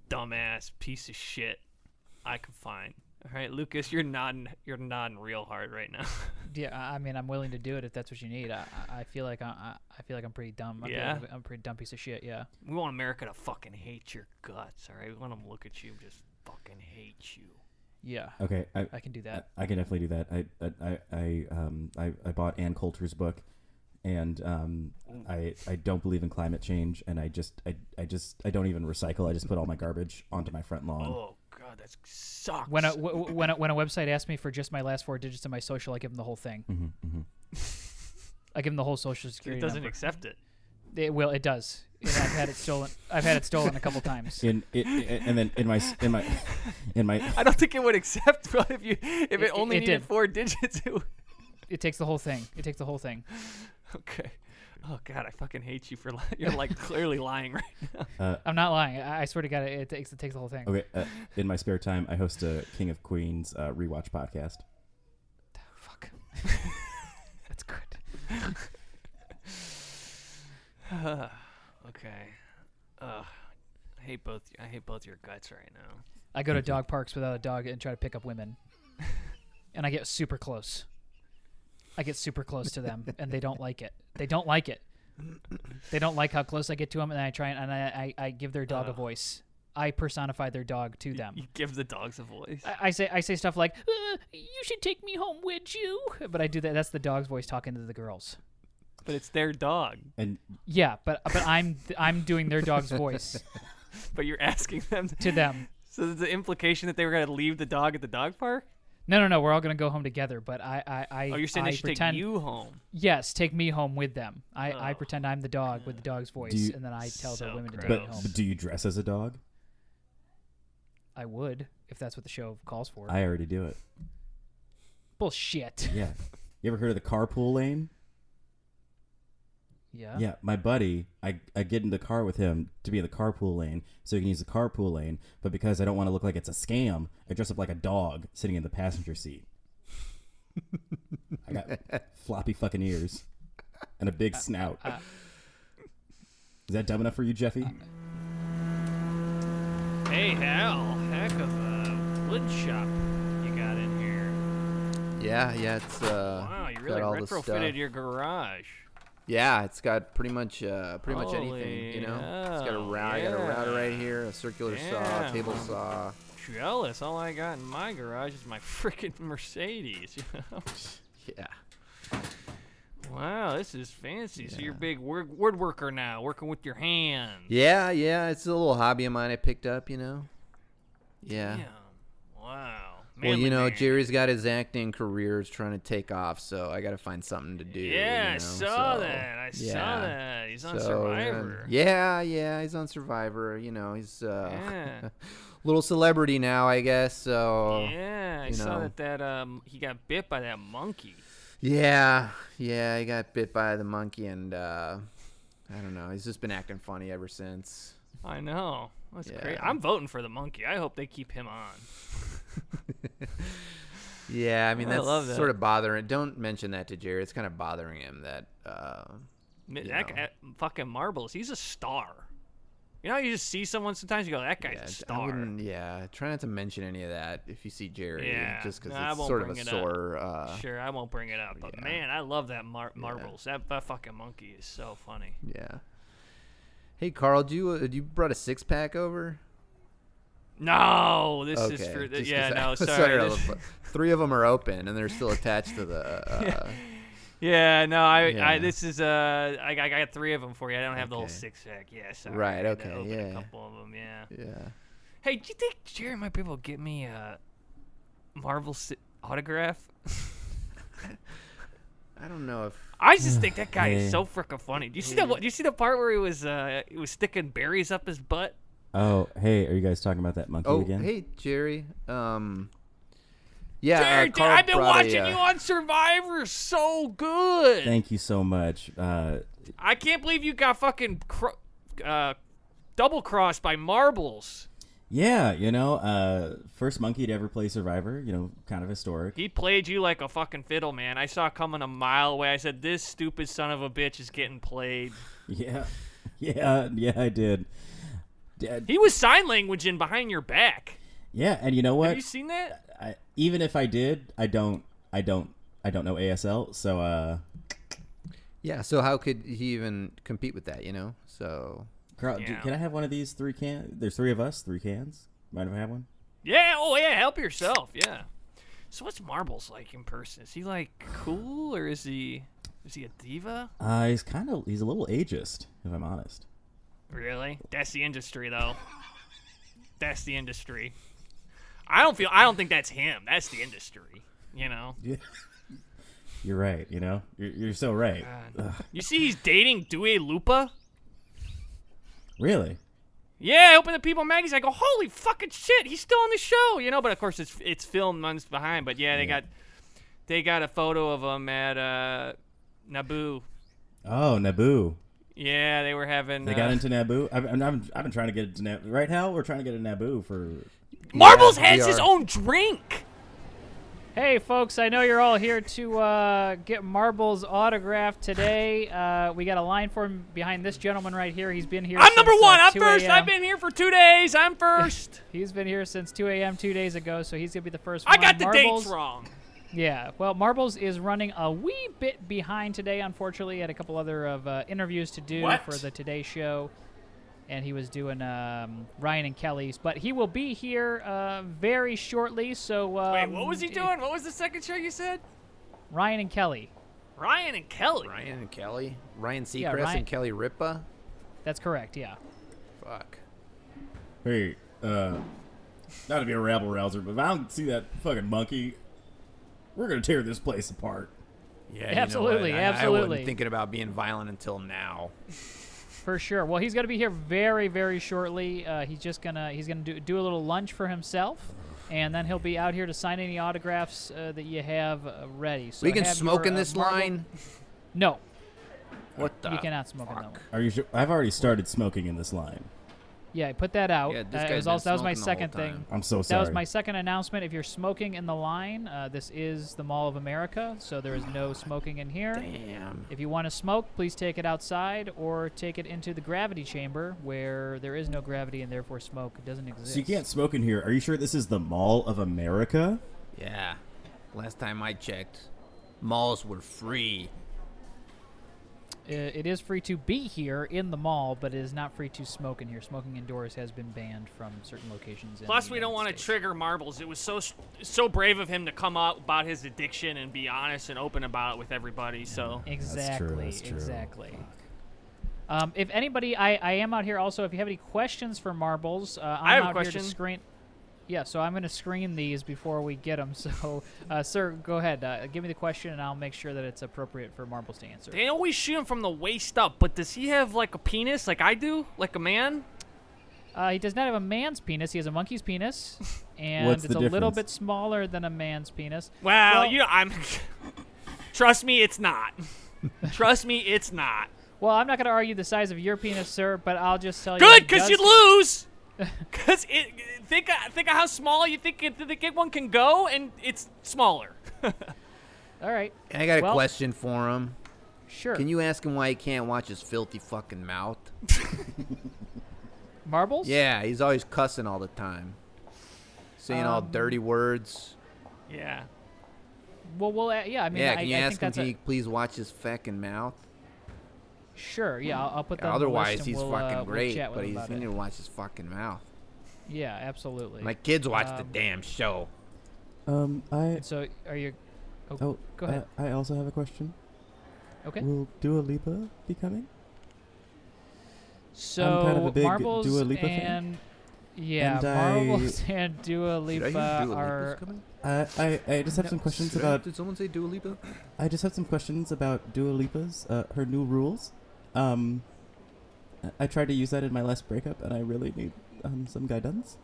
dumbass piece of shit I can find. All right, Lucas, you're nodding you're nodding real hard right now. (laughs)
Yeah. I I mean, I'm willing to do it if that's what you need. I, I- I feel like I, I I feel like I'm pretty dumb. I feel
Yeah?
like I'm a pretty dumb piece of shit. Yeah.
we want America to fucking hate your guts, all right? We want them to look at you and just fucking hate you.
Yeah.
Okay. Uh, I,
I can do that.
I can definitely do that. I I I- I um I, I bought Ann Coulter's book, and um I I don't believe in climate change, and I just I, I just I don't even recycle. I just put all my garbage onto my front lawn.
Oh god, that sucks.
When a, w- w- when a, when a website asks me for just my last four digits of my social, I give them the whole thing.
Mm-hmm,
I give them the whole social security
it doesn't
number.
accept it. (laughs)
it will. It does. And I've had it stolen. I've had it stolen a couple
(laughs)
times.
In it, and then in my s- in my in my
I don't think it would accept (laughs) well, if you if it,
It- it-
only
it
needed
did.
four digits. (laughs) It would,
It takes the whole thing. It takes the whole thing.
okay. Oh god, I fucking hate you for li- (laughs) you're like clearly lying right (sighs) now.
I'm not lying. I, I swear to God, it, it takes it takes the whole thing.
uh, okay uh, in my spare time, I host a King of Queens uh, rewatch podcast.
Fuck. (laughs) That's good.
okay. Ugh. I hate both. I hate both your guts right now.
I go to dog parks without a dog and try to pick up women, (laughs) and I get super close. I get super close to them, and they don't like it. They don't like it. They don't like how close I get to them, and I try and, and I, I I give their
Uh.
dog a voice. I personify their dog to them.
You give the dogs a voice.
I, I say I say stuff like, uh, "You should take me home, would you?" But I do that. That's the dog's voice talking to the girls.
but it's their dog.
And (laughs)
Yeah, but but I'm I'm doing their dog's voice.
but you're asking them (laughs)
to them.
So there's the implication that they were going to leave the dog at the dog park?
No, no, no. We're all gonna go home together, but I, I, I.
Oh, you're saying
I
they should
pretend,
take you home.
Yes, take me home with them. I, I
Oh.
pretend I'm the dog with the dog's voice,
you-
and then I tell the
So
women to take
But
me
gross.
home.
but do you dress as a dog?
I would if that's what the show calls for.
I already do it. (laughs)
Bullshit.
Yeah. You ever heard of the carpool lane?
Yeah.
Yeah, my buddy, I, I get in the car with him to be in the carpool lane so he can use the carpool lane, but because I don't want to look like it's a scam, I dress up like a dog sitting in the passenger seat. I got floppy fucking ears and a big snout. Is that dumb enough for you, Jeffy?
Hey, hell, heck of a wood shop you got in here.
Yeah, yeah, it's uh.
Wow, you
got
really
all the stuff.
retrofitted your garage.
Yeah, it's got pretty much uh, pretty much anything. You
Holy
know, it's got a
hell,
round. I got a router
yeah.
right here, a circular saw,
Damn.
a table saw.
Jealous. All I got in my garage is my (laughs) freaking Mercedes. (laughs) you know?
Yeah.
wow, this is fancy. So you're a big word- woodworker now, working with your hands.
Yeah, yeah, it's a little hobby of mine I picked up. You know. Yeah.
Damn. Wow.
Well,
Manly
you know,
man.
Jerry's got his acting career is trying to take off, so I got to find something to do.
Yeah,
you
I
know,
saw
so,
that. I saw
yeah.
that. He's on
So, uh,
Survivor.
yeah, yeah, he's on Survivor. You know, he's uh,
Yeah.
(laughs) little celebrity now, I guess. So
Yeah, I
you
saw
know.
that that um he got bit by that monkey.
Yeah, yeah, he got bit by the monkey, and uh, I don't know. He's just been acting funny ever since.
I know. That's great.
Yeah.
I'm voting for the monkey. I hope they keep him on.
Yeah, I mean
I
that's
love that.
sort of bothering. Don't mention that to Jerry. It's kind of bothering him that. Uh,
Mi-
You
That
know.
guy, uh, fucking marbles. He's a star. You know, how you just see someone sometimes you go, that guy's
yeah,
a
I
star.
wouldn't. Yeah, try not to mention any of that if you see Jerry.
Yeah,
just because
no, I
it's
won't
sort of
bring
a
it up.
sore. Uh,
Sure, I won't bring it up, but
Yeah.
man, I love that mar- marbles. That, that fucking monkey is so funny.
yeah. Hey Carl, do you uh, do you brought a six pack over?
No, this
Okay.
is for
just 'cause
yeah.
I- (laughs)
No,
sorry,
sorry.
I
this-
was- three of them are open and they're still attached
(laughs)
to the. Uh,
Yeah, no, I, I
Yeah.
this is uh, I, I got three of them for you. I don't have the whole
Okay.
six pack. Yeah, sorry.
Right,
I had to
okay,
open A
yeah.
couple of them. Yeah.
yeah.
Hey, do you think Jerry might be able to get me a Marvel si- autograph? (laughs)
I don't know if
I just think that guy is
Yeah.
so freaking funny. Do you see that? Do you see the part where he was uh, he was sticking berries up his butt?
Oh, hey, are you guys talking about that monkey
Oh,
again?
hey Jerry. Um, yeah,
Jerry,
uh,
dude,
Carl
I've been
brought a,
watching
uh,
you on Survivor so good.
Thank you so much. Uh,
I can't believe you got fucking cro- uh, double crossed by marbles.
yeah, you know, uh, first monkey to ever play Survivor, you know, kind of historic.
He played you like a fucking fiddle, man. I saw it coming a mile away. I said, "This stupid son of a bitch is getting played."
Yeah, (laughs) yeah, yeah, I did. D- uh,
He was sign language in behind your back.
Yeah, and you know what?
Have you seen that?
I, even if I did, I don't, I don't, I don't know ASL. So, uh,
Yeah, so how could he even compete with that? You know, so
Carl, do-
Yeah.
can I have one of these three can? There's three of us, three cans. Mind if I have one?
Yeah. Oh yeah. Help yourself. Yeah. So what's Marbles like in person? Is he like cool or is he is he a diva?
Uh, he's kind of, he's a little ageist, if I'm honest.
Really? That's the industry, though. that's the industry. I don't feel. I don't think that's him. That's the industry. You know.
You're right. You know, you're, you're so right.
Uh. You see, he's dating Dua Lupa.
Really?
Yeah, I opened the People magazine. I go, holy fucking shit, he's still on the show, you know. But of course, it's it's filmed months behind. But yeah, they got they got a photo of him at uh, Naboo.
Oh, Naboo.
Yeah, they were having.
They
uh,
got into Naboo. I've, I'm, I'm, I've been trying to get into Naboo. Right, Hal? We're trying to get into Naboo for.
Marbles
Yeah,
has
we
his
are.
own drink.
Hey, folks, I know you're all here to uh, get Marble's autograph today. Uh, we got a line for him behind this gentleman right here. He's been here.
I'm number
since, uh,
one. I'm
2
first.
a.m..
I've been here for two days. I'm first.
He's been here since 2 a.m. two days ago, so he's going to be the first
I
one.
got the
Marbles,
dates wrong.
Yeah, well, Marbles is running a wee bit behind today, unfortunately. He had a couple other of uh, interviews to do
What?
for the Today Show, and he was doing um, Ryan and Kelly's. But he will be here uh, very shortly. So um,
Wait, what was he doing? What was the second show you said?
Ryan and Kelly.
Ryan and Kelly.
Ryan and Kelly, Ryan Seacrest
Ryan-
and Kelly Ripa.
That's correct. Yeah.
Fuck.
hey, uh, not to be a rabble rouser, but if I don't see that fucking monkey, we're gonna tear this place apart.
Yeah,
Absolutely,
I, I
absolutely.
wasn't thinking about being violent until now.
For sure. Well, he's going to be here very, very shortly. Uh, he's just gonna he's gonna do, do a little lunch for himself, and then he'll be out here to sign any autographs uh, that you have uh, ready. So
we can
have
smoke
your,
in
uh,
this
Marvel-
line.
No,
What the?
you cannot smoke in that
fuck.
one.
Are you sure? I've already started smoking in this line.
Yeah, put that out.
Yeah, this
Uh, it
guy's
was
been
also- that was my
smoking the whole
second thing.
time.
I'm so
That
sorry.
was my second announcement. If you're smoking in the line, uh, this is the Mall of America, so there is no smoking in here.
Damn.
If you want to smoke, please take it outside or take it into the gravity chamber where there is no gravity and therefore smoke doesn't exist.
So you can't smoke in here. Are you sure this is the Mall of America?
Yeah. Last time I checked, malls were free.
I- Uh, It is free to be here in the mall, but it is not free to smoke in here. Smoking indoors has been banned from certain locations. In
Plus,
the
we don't
United
want to
States.
trigger marbles. It was so so brave of him to come out about his addiction and be honest and open about it with everybody. So
Exactly.
That's true, that's true.
Exactly. Um, if anybody, I, I am out here also. If you have any questions for marbles, uh, I'm
I have a
out here
question.
to screen. Yeah, so I'm going to screen these before we get them. (laughs) So, uh, sir, go ahead. Uh, give me the question, and I'll make sure that it's appropriate for marbles to answer.
they always shoot him from the waist up, but does he have like a penis like I do, like a man?
Uh, he does not have a man's penis. He has a monkey's penis,
(laughs)
and
What's
it's
the
a little
difference?
bit smaller than a man's penis.
Well,
Well-
you know, I'm. (laughs) trust me, it's (laughs) not. trust me, it's not.
Well, I'm not going to argue the size of your penis, sir, but I'll just tell you.
Good,
it does-
because you
(laughs)
lose. Because it think uh, think of how small you think it, the big one can go, and it's smaller.
All right,
I got a
Well-
question for him.
sure.
Can you ask him why he can't watch his filthy fucking mouth?
marbles?
Yeah, he's always cussing all the time, saying all
Um,
dirty words.
Yeah.
Well, well, uh, yeah. I mean,
yeah,
I,
can you
I
ask
think
him?
that's
Can
a-
you please watch his fucking mouth?
Sure. Yeah, I'll, I'll put that. on the list
Otherwise,
and
he's
we'll,
fucking
uh, we'll
great,
chat with
but
him
he's
about
he
it.
need to watch his fucking mouth.
Yeah, absolutely.
My kids watch the
Um,
damn show.
Um, I
so, are you? Oh,
oh,
go ahead.
Uh, I also have a question.
okay.
Will Dua Lipa be coming?
So
kind of a big
marbles
Dua Lipa fan.
and yeah,
And I-
marbles (laughs) and Dua
Did I
Lipa
hear Dua Lipa's
are.
coming?
Uh, I I just have some questions
Did I-
about
Did someone say Dua Lipa?
I just have some questions about Dua Lipa's uh, her new rules. Um, I- I tried to use that in my last breakup, and I really need um some guidance.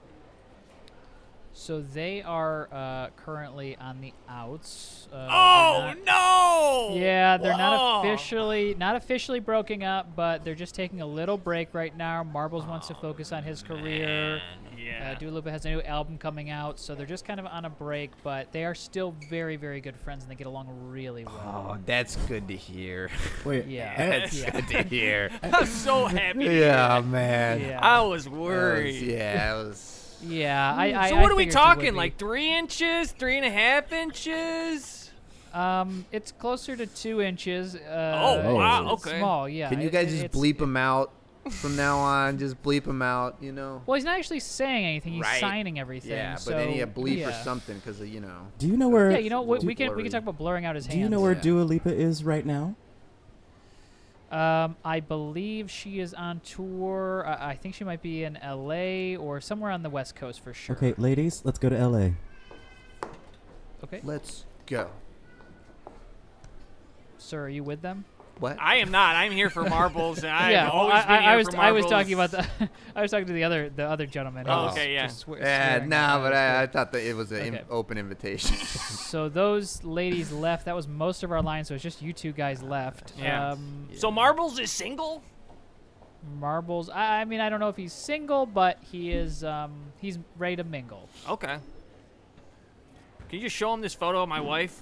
So they are uh, currently on the outs. Uh, they're
Oh
not-
no!
Yeah, they're
Whoa.
not officially not officially breaking up, but they're just taking a little break right now. Marbles wants to focus on his career. Uh,
Yeah.
Dua Lipa has a new album coming out, so they're just kind of on a break, but they are still very, very good friends and they get along really well.
Oh, that's good to
(laughs)
hear.
Wait,
Yeah.
Oh,
(laughs)
eh,
That's
yeah.
good to hear.
(laughs) I'm
(laughs)
so happy.
(laughs) yeah, man.
Yeah.
I was
That was-
worried.
yeah, it
(laughs)
was.
Oh, Yeah. I, I,
Mm, so
I
what are we
figured you would
talking?
be.
Like three inches, three and a half inches?
um, it's closer to two inches. Uh,
oh
Oh.
wow,
it's
okay.
Small, yeah.
Can you
it-
guys
it-
just
it's-
bleep him out from now on? Just bleep him out, you know?
Well, he's not actually saying anything. He's
Right.
signing everything.
yeah, but
so,
then he had bleep or
yeah.
something because, you know.
Do you know where?
Yeah, you know, we,
Too
we can we
blurry.
can talk about blurring out his
do
hands.
you know where
Yeah.
Dua Lipa is right now?
Um, I believe she is on tour. I, I think she might be in L.A. or somewhere on the West Coast for sure.
Okay, ladies, let's go to L.A.
Okay.
Let's go.
Sir, are you with them?
What?
I am not. I'm here for marbles, and
(laughs)
I
yeah,
have
well,
always
I,
been
I-
here
I was
for
I was
marbles.
talking about the (laughs) I was talking to the other the other gentleman. who
Oh,
was
okay, yeah.
just swe-
Yeah,
swearing
no,
at
Eh, but
us,
I, I thought that it was an
Okay.
open invitation. (laughs)
so those ladies left. That was most of our line, so it's just you two guys left.
Yeah.
Um,
So marbles is single.
Marbles. I, I mean, I don't know if he's single, but he is. Um, he's ready to mingle.
Okay. Can you just show him this photo of my wife?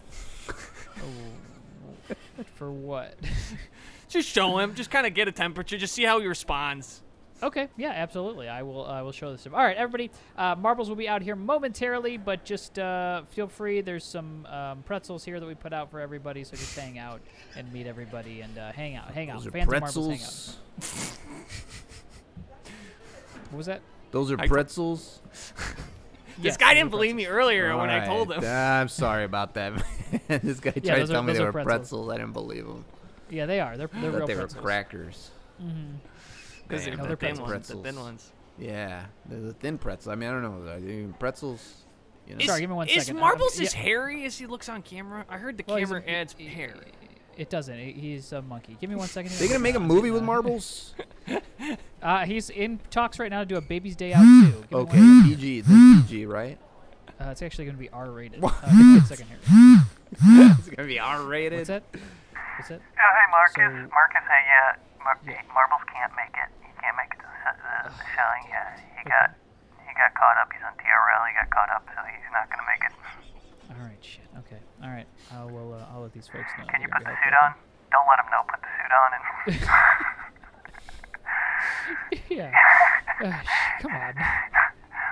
For what? (laughs)
Just show him. Just kind of get a temperature. Just see how he responds.
Okay, yeah, absolutely. I will. I will show this. All right, everybody. Uh, marbles will be out here momentarily, but just uh, feel free. There's some um, pretzels here that we put out for everybody, so just hang out and meet everybody and uh, hang out, hang out.
Those are
Fans of Marbles, hang out.
pretzels.
What was that?
Those are
I-
pretzels.
this guy didn't believe me earlier when I told him.
Alright, Ah, I'm sorry about that. man. (laughs) this guy tried to
those are-
tell me
those
they
are
were pretzels.
pretzels.
I didn't believe him.
Yeah, they are. They're they're
I thought
real
they
pretzels.
were crackers.
Because
Damn,
they're the
they're pretzels.
thin ones. The thin
Pretzels.
ones.
Yeah, there's a thin pretzel. I mean, I don't know. I mean, pretzels. You know.
Is,
Sorry, give me one
is
second.
Marbles
Um,
as
yeah.
hairy as he looks on camera? I heard the
Well, he's
camera
a-
adds hair.
It doesn't. He- He's a monkey. Give me one second. here.
They
(laughs)
gonna make a movie with marbles?
Uh, he's in talks right now to do a Baby's Day Out too. Give me one
Okay,
second.
PG. This is PG, right?
Uh, it's actually going to be R-rated. Uh, give me a second
(laughs)
here.
It's gonna be R-rated.
What's that? What's that?
Uh, hey, Marcus.
So-
Marcus, hey, uh, Mar- Marbles can't make it. He can't make it to the, se- the, the showing. Yeah, he got he got caught up. He's on TRL. He got caught up, so he's not gonna make it.
All right, shit. Okay. All right. I will. Uh, I'll let these folks know.
Can you
They're
put
gonna
the
be
suit
helpful.
on? Don't let him know. Put the suit on
(laughs)
and
yeah.
(laughs)
Uh, sh- come on.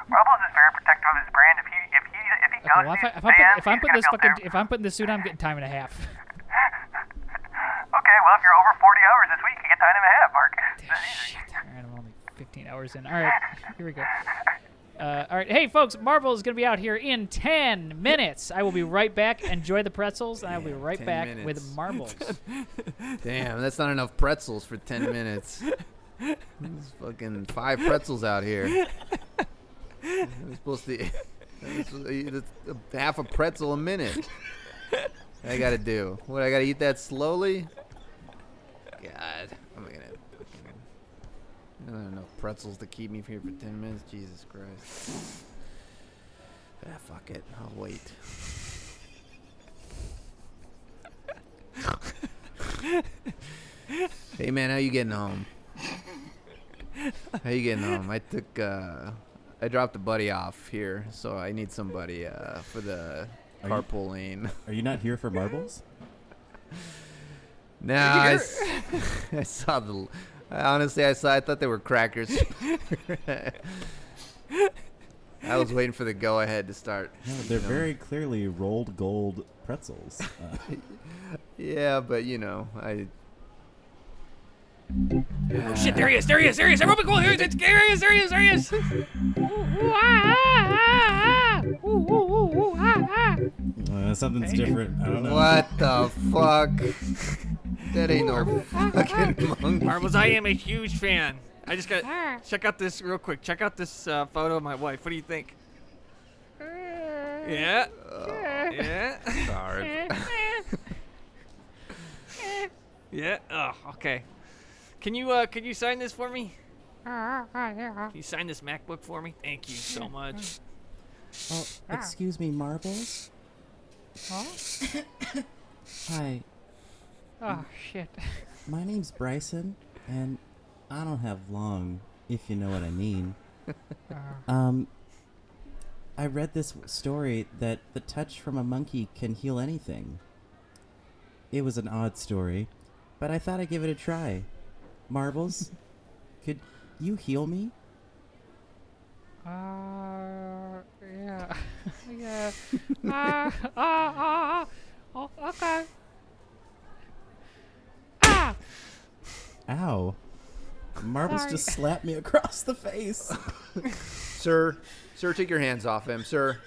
Marbles is very protective of his brand. If he if he if he
Okay,
goes
well, if,
to
I, if,
his
I'm put,
fans,
if I'm
he's
putting this
gonna go
fucking,
through-
if I'm putting this suit on, I'm getting time and a half. (laughs)
Okay, well, if you're over 40 hours this week, you get time
Shit. All
and a half, Marcus.
right, I'm only 15 hours in. All right, here we go. Uh, all right, hey folks, Marvel is gonna be out here in 10 minutes. I will be right back. Enjoy the pretzels, and I'll be right
10
back
minutes.
with marbles.
Damn, that's not enough pretzels for ten minutes. There's fucking five pretzels out here. I'm supposed to. I'm supposed to eat a- half a pretzel a minute. I gotta do. What I gotta eat that slowly? God, I'm gonna. I don't know pretzels to keep me here for ten minutes. Jesus Christ. Ah, fuck it. I'll wait. Hey man, how you getting home? How you getting home? I took uh I dropped a buddy off here, so I need somebody uh for the
Are you-
carpool lane.
Are you not here for marbles?
No, I, s- (laughs) I saw the I honestly I saw I thought they were crackers. (laughs) I was waiting for the go ahead to start.
No, they're
you know.
very clearly rolled gold pretzels. Uh,
Yeah, but you know, I
Oh shit! There he is! There he is! There he is! Everyone, be cool! There he is! There he is! There he is! There
(laughs)
he is!
ah, ah,
uh, something's different. I don't know.
what the fuck? That ain't no
(laughs)
fucking monkey.
Marbles, I am a huge fan. I just got to check out this real quick. Check out this uh, photo of my wife. What do you think? Yeah. Yeah. (laughs)
Sorry.
Yeah. Oh, okay. Can you uh can you sign this for me?
(laughs)
Can you sign this MacBook for me? Thank you so
Mm.
much.
Oh, excuse me, Marbles? Hi,
oh shit.
my name's Bryson, and I don't have long, if you know what
(laughs)
I mean. um, I read this story that the touch from a monkey can heal anything. It was an odd story, but I thought I'd give it a try. Marbles,
(laughs)
could you heal me?
Uh, yeah. (laughs) yeah. Ah, ah, ah, ah. Oh, okay. Ah!
Ow. Marbles
Sorry.
just slapped me across the face.
Sir, sir, take your hands off him, sir.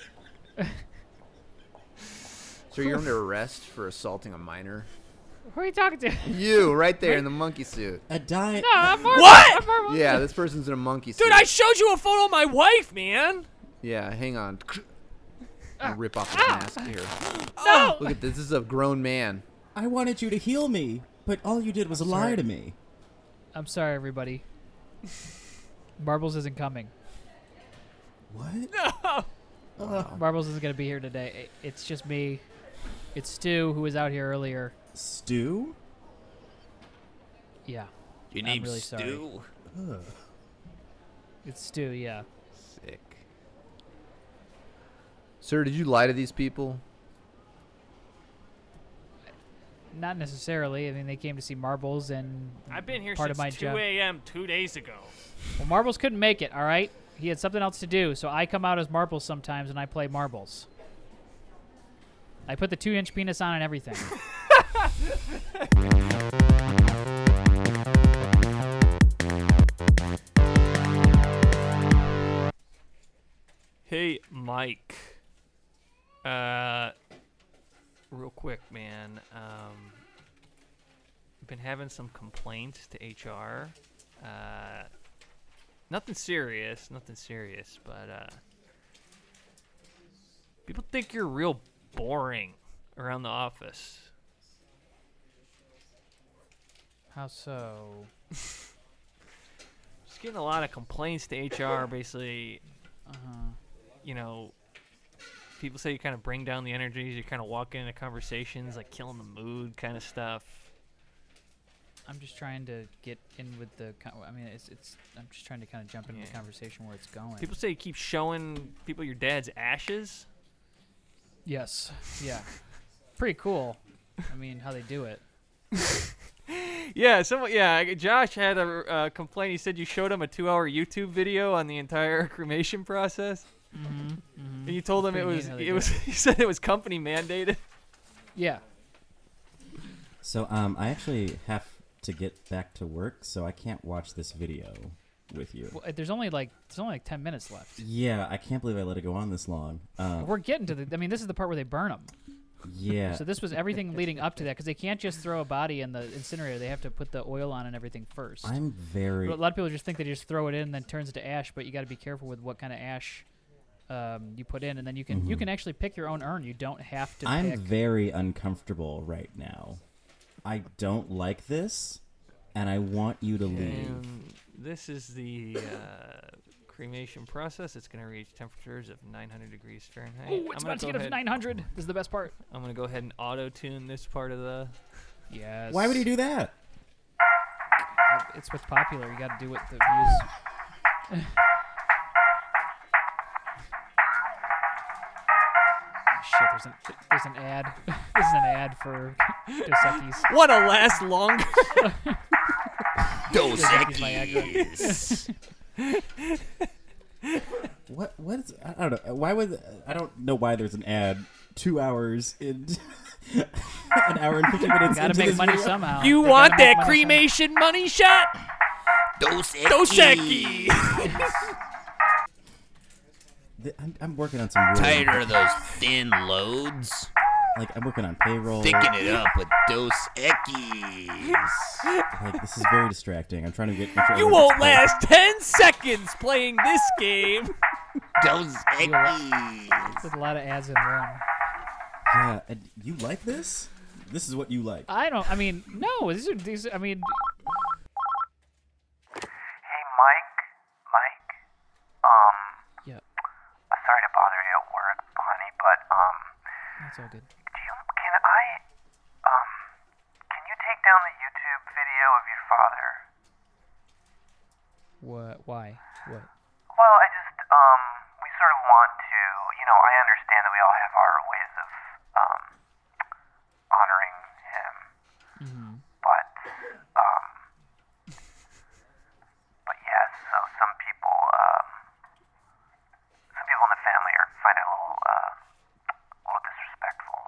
sir, you're under arrest for assaulting a minor.
Who are you talking to? (laughs) No,
You, right there in the monkey suit.
A di-
I'm Marvel.
What?
I'm Marvel.
Yeah, this person's in a monkey suit.
Dude, I showed you a photo of my wife, man.
yeah, hang on. I rip off his mask
(gasps)
here.
Ah.
Oh,
No!
Look at this. This is a grown man.
I wanted you to heal me, but all you did was lie
sorry.
to me.
I'm sorry, everybody. Marbles isn't coming.
What?
Marbles isn't gonna be here today. I- It's just me. It's Stu who was out here earlier.
Stew?
Yeah,
Your
I'm name's really sorry. Stu? it's Stu. Yeah.
Sick. Sir, did you lie to these people?
Not necessarily. I mean, they came to see Marbles, and
I've been here
Part of
since
my
2
job.
a.m. 2 days ago.
well, Marbles couldn't make it. All right, he had something else to do, so I come out as Marbles sometimes, and I play Marbles. I put the two-inch penis on and everything.
Hey, Mike. Uh, real quick, man. Um, I've been having some complaints to HR. Uh, Nothing serious, nothing serious, but uh people think you're real boring around the office.
How so?
Just getting a lot of complaints to (laughs) HR basically Uh-huh. you know people say you kind of bring down the energies, you kind of walk into conversations like killing the mood kind of stuff.
I'm just trying to get in with the. Con- I mean, it's it's. I'm just trying to kind of jump into the
Yeah.
conversation where it's going.
People say you keep showing people your dad's ashes.
yes. (laughs) Yeah. Pretty cool. I mean, how they do it.
Yeah, someone. Yeah, I- Josh had a uh, complaint. He said you showed him a two-hour YouTube video on the entire (laughs) cremation process, Mm-hmm, and you told him it
Pretty neat
was
how they
it
do
was. (laughs) He said it was company mandated.
Yeah.
So um, I actually have to get back to work, so I can't watch this video with you.
Well, uh, there's only like there's only like ten minutes left.
Yeah, I can't believe I let it go on this long. Um,
We're getting to the. I mean, this is the part where they burn them.
yeah,
(laughs) So this was everything leading up to that because they can't just throw a body in the incinerator. They have to put the oil on and everything first.
I'm very.
But a lot of people just think they just throw it in and then turns into ash, but you got to be careful with what kind of ash um, you put in, and then you can you can actually pick your own urn. You don't have to.
Mm-hmm. I'm
pick.
very uncomfortable right now. I don't like this, and I want you to leave.
And this is the uh, cremation process. It's going to reach temperatures of 900 degrees Fahrenheit.
Ooh, it's
I'm gonna
about to
go
get up to
ahead-
900. This is the best part.
I'm going to go ahead and auto-tune this part of the.
Yes.
Why would you do that?
It's what's popular. You got to do what the views.
(laughs)
Shit, there's an there's an ad. (laughs) this is an ad for (laughs) Dos
(laughs)
Equis.
What a last longer.
Dos Equis Viagra.
What? What is? I don't know. Why would? I don't know why there's an ad two hours in (laughs) an hour and fifty
(laughs)
minutes.
Gotta
into
make
this
money
video.
somehow.
You
They gotta
want
make
that
money somehow.
cremation money shot?
Dos
Dosaki.
Th- I'm, I'm working on some. Really,
Tighter of those thin loads.
Like I'm working on payroll.
Thicken it up with Dos Equis.
Like this is very distracting. I'm trying to get. make sure
You
everyone
won't
gets paid.
last 10 seconds playing this game.
Dos Equis.
With a lot of ads in one.
Yeah, and you like this? This is what you like.
I don't. I mean, no. These are these. I mean,
Hey, Mike. Mike. Um,
yeah.
I'm sorry to bother you at work, honey, but um,
That's all good.
do you, can I um, can you take down the YouTube video of your father?
What? Why? What?
Well, I just um, we sort of want to, you know, I understand that we all have our ways of um, honoring him, but um, but yes, so some people um, some people in the family are find it a little uh, a little disrespectful.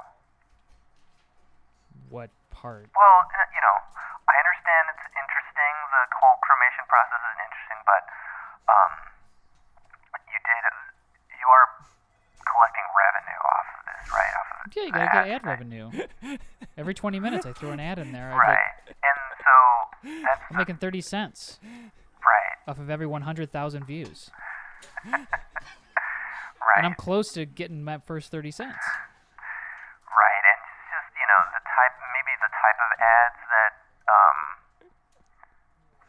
What part?
Well, uh, you know, I understand it's interesting. The whole cremation process is interesting, but um, you did you are collecting revenue off of this, right? Off of
Yeah, you gotta get ad revenue. Every 20 minutes, I throw an ad in there. I
right,
get,
and so that's
I'm making 30 cents
right,
off of every 100,000 views,
right,
and I'm close to getting my first 30 cents.
right. And it's just you know the type, maybe the type of ads that um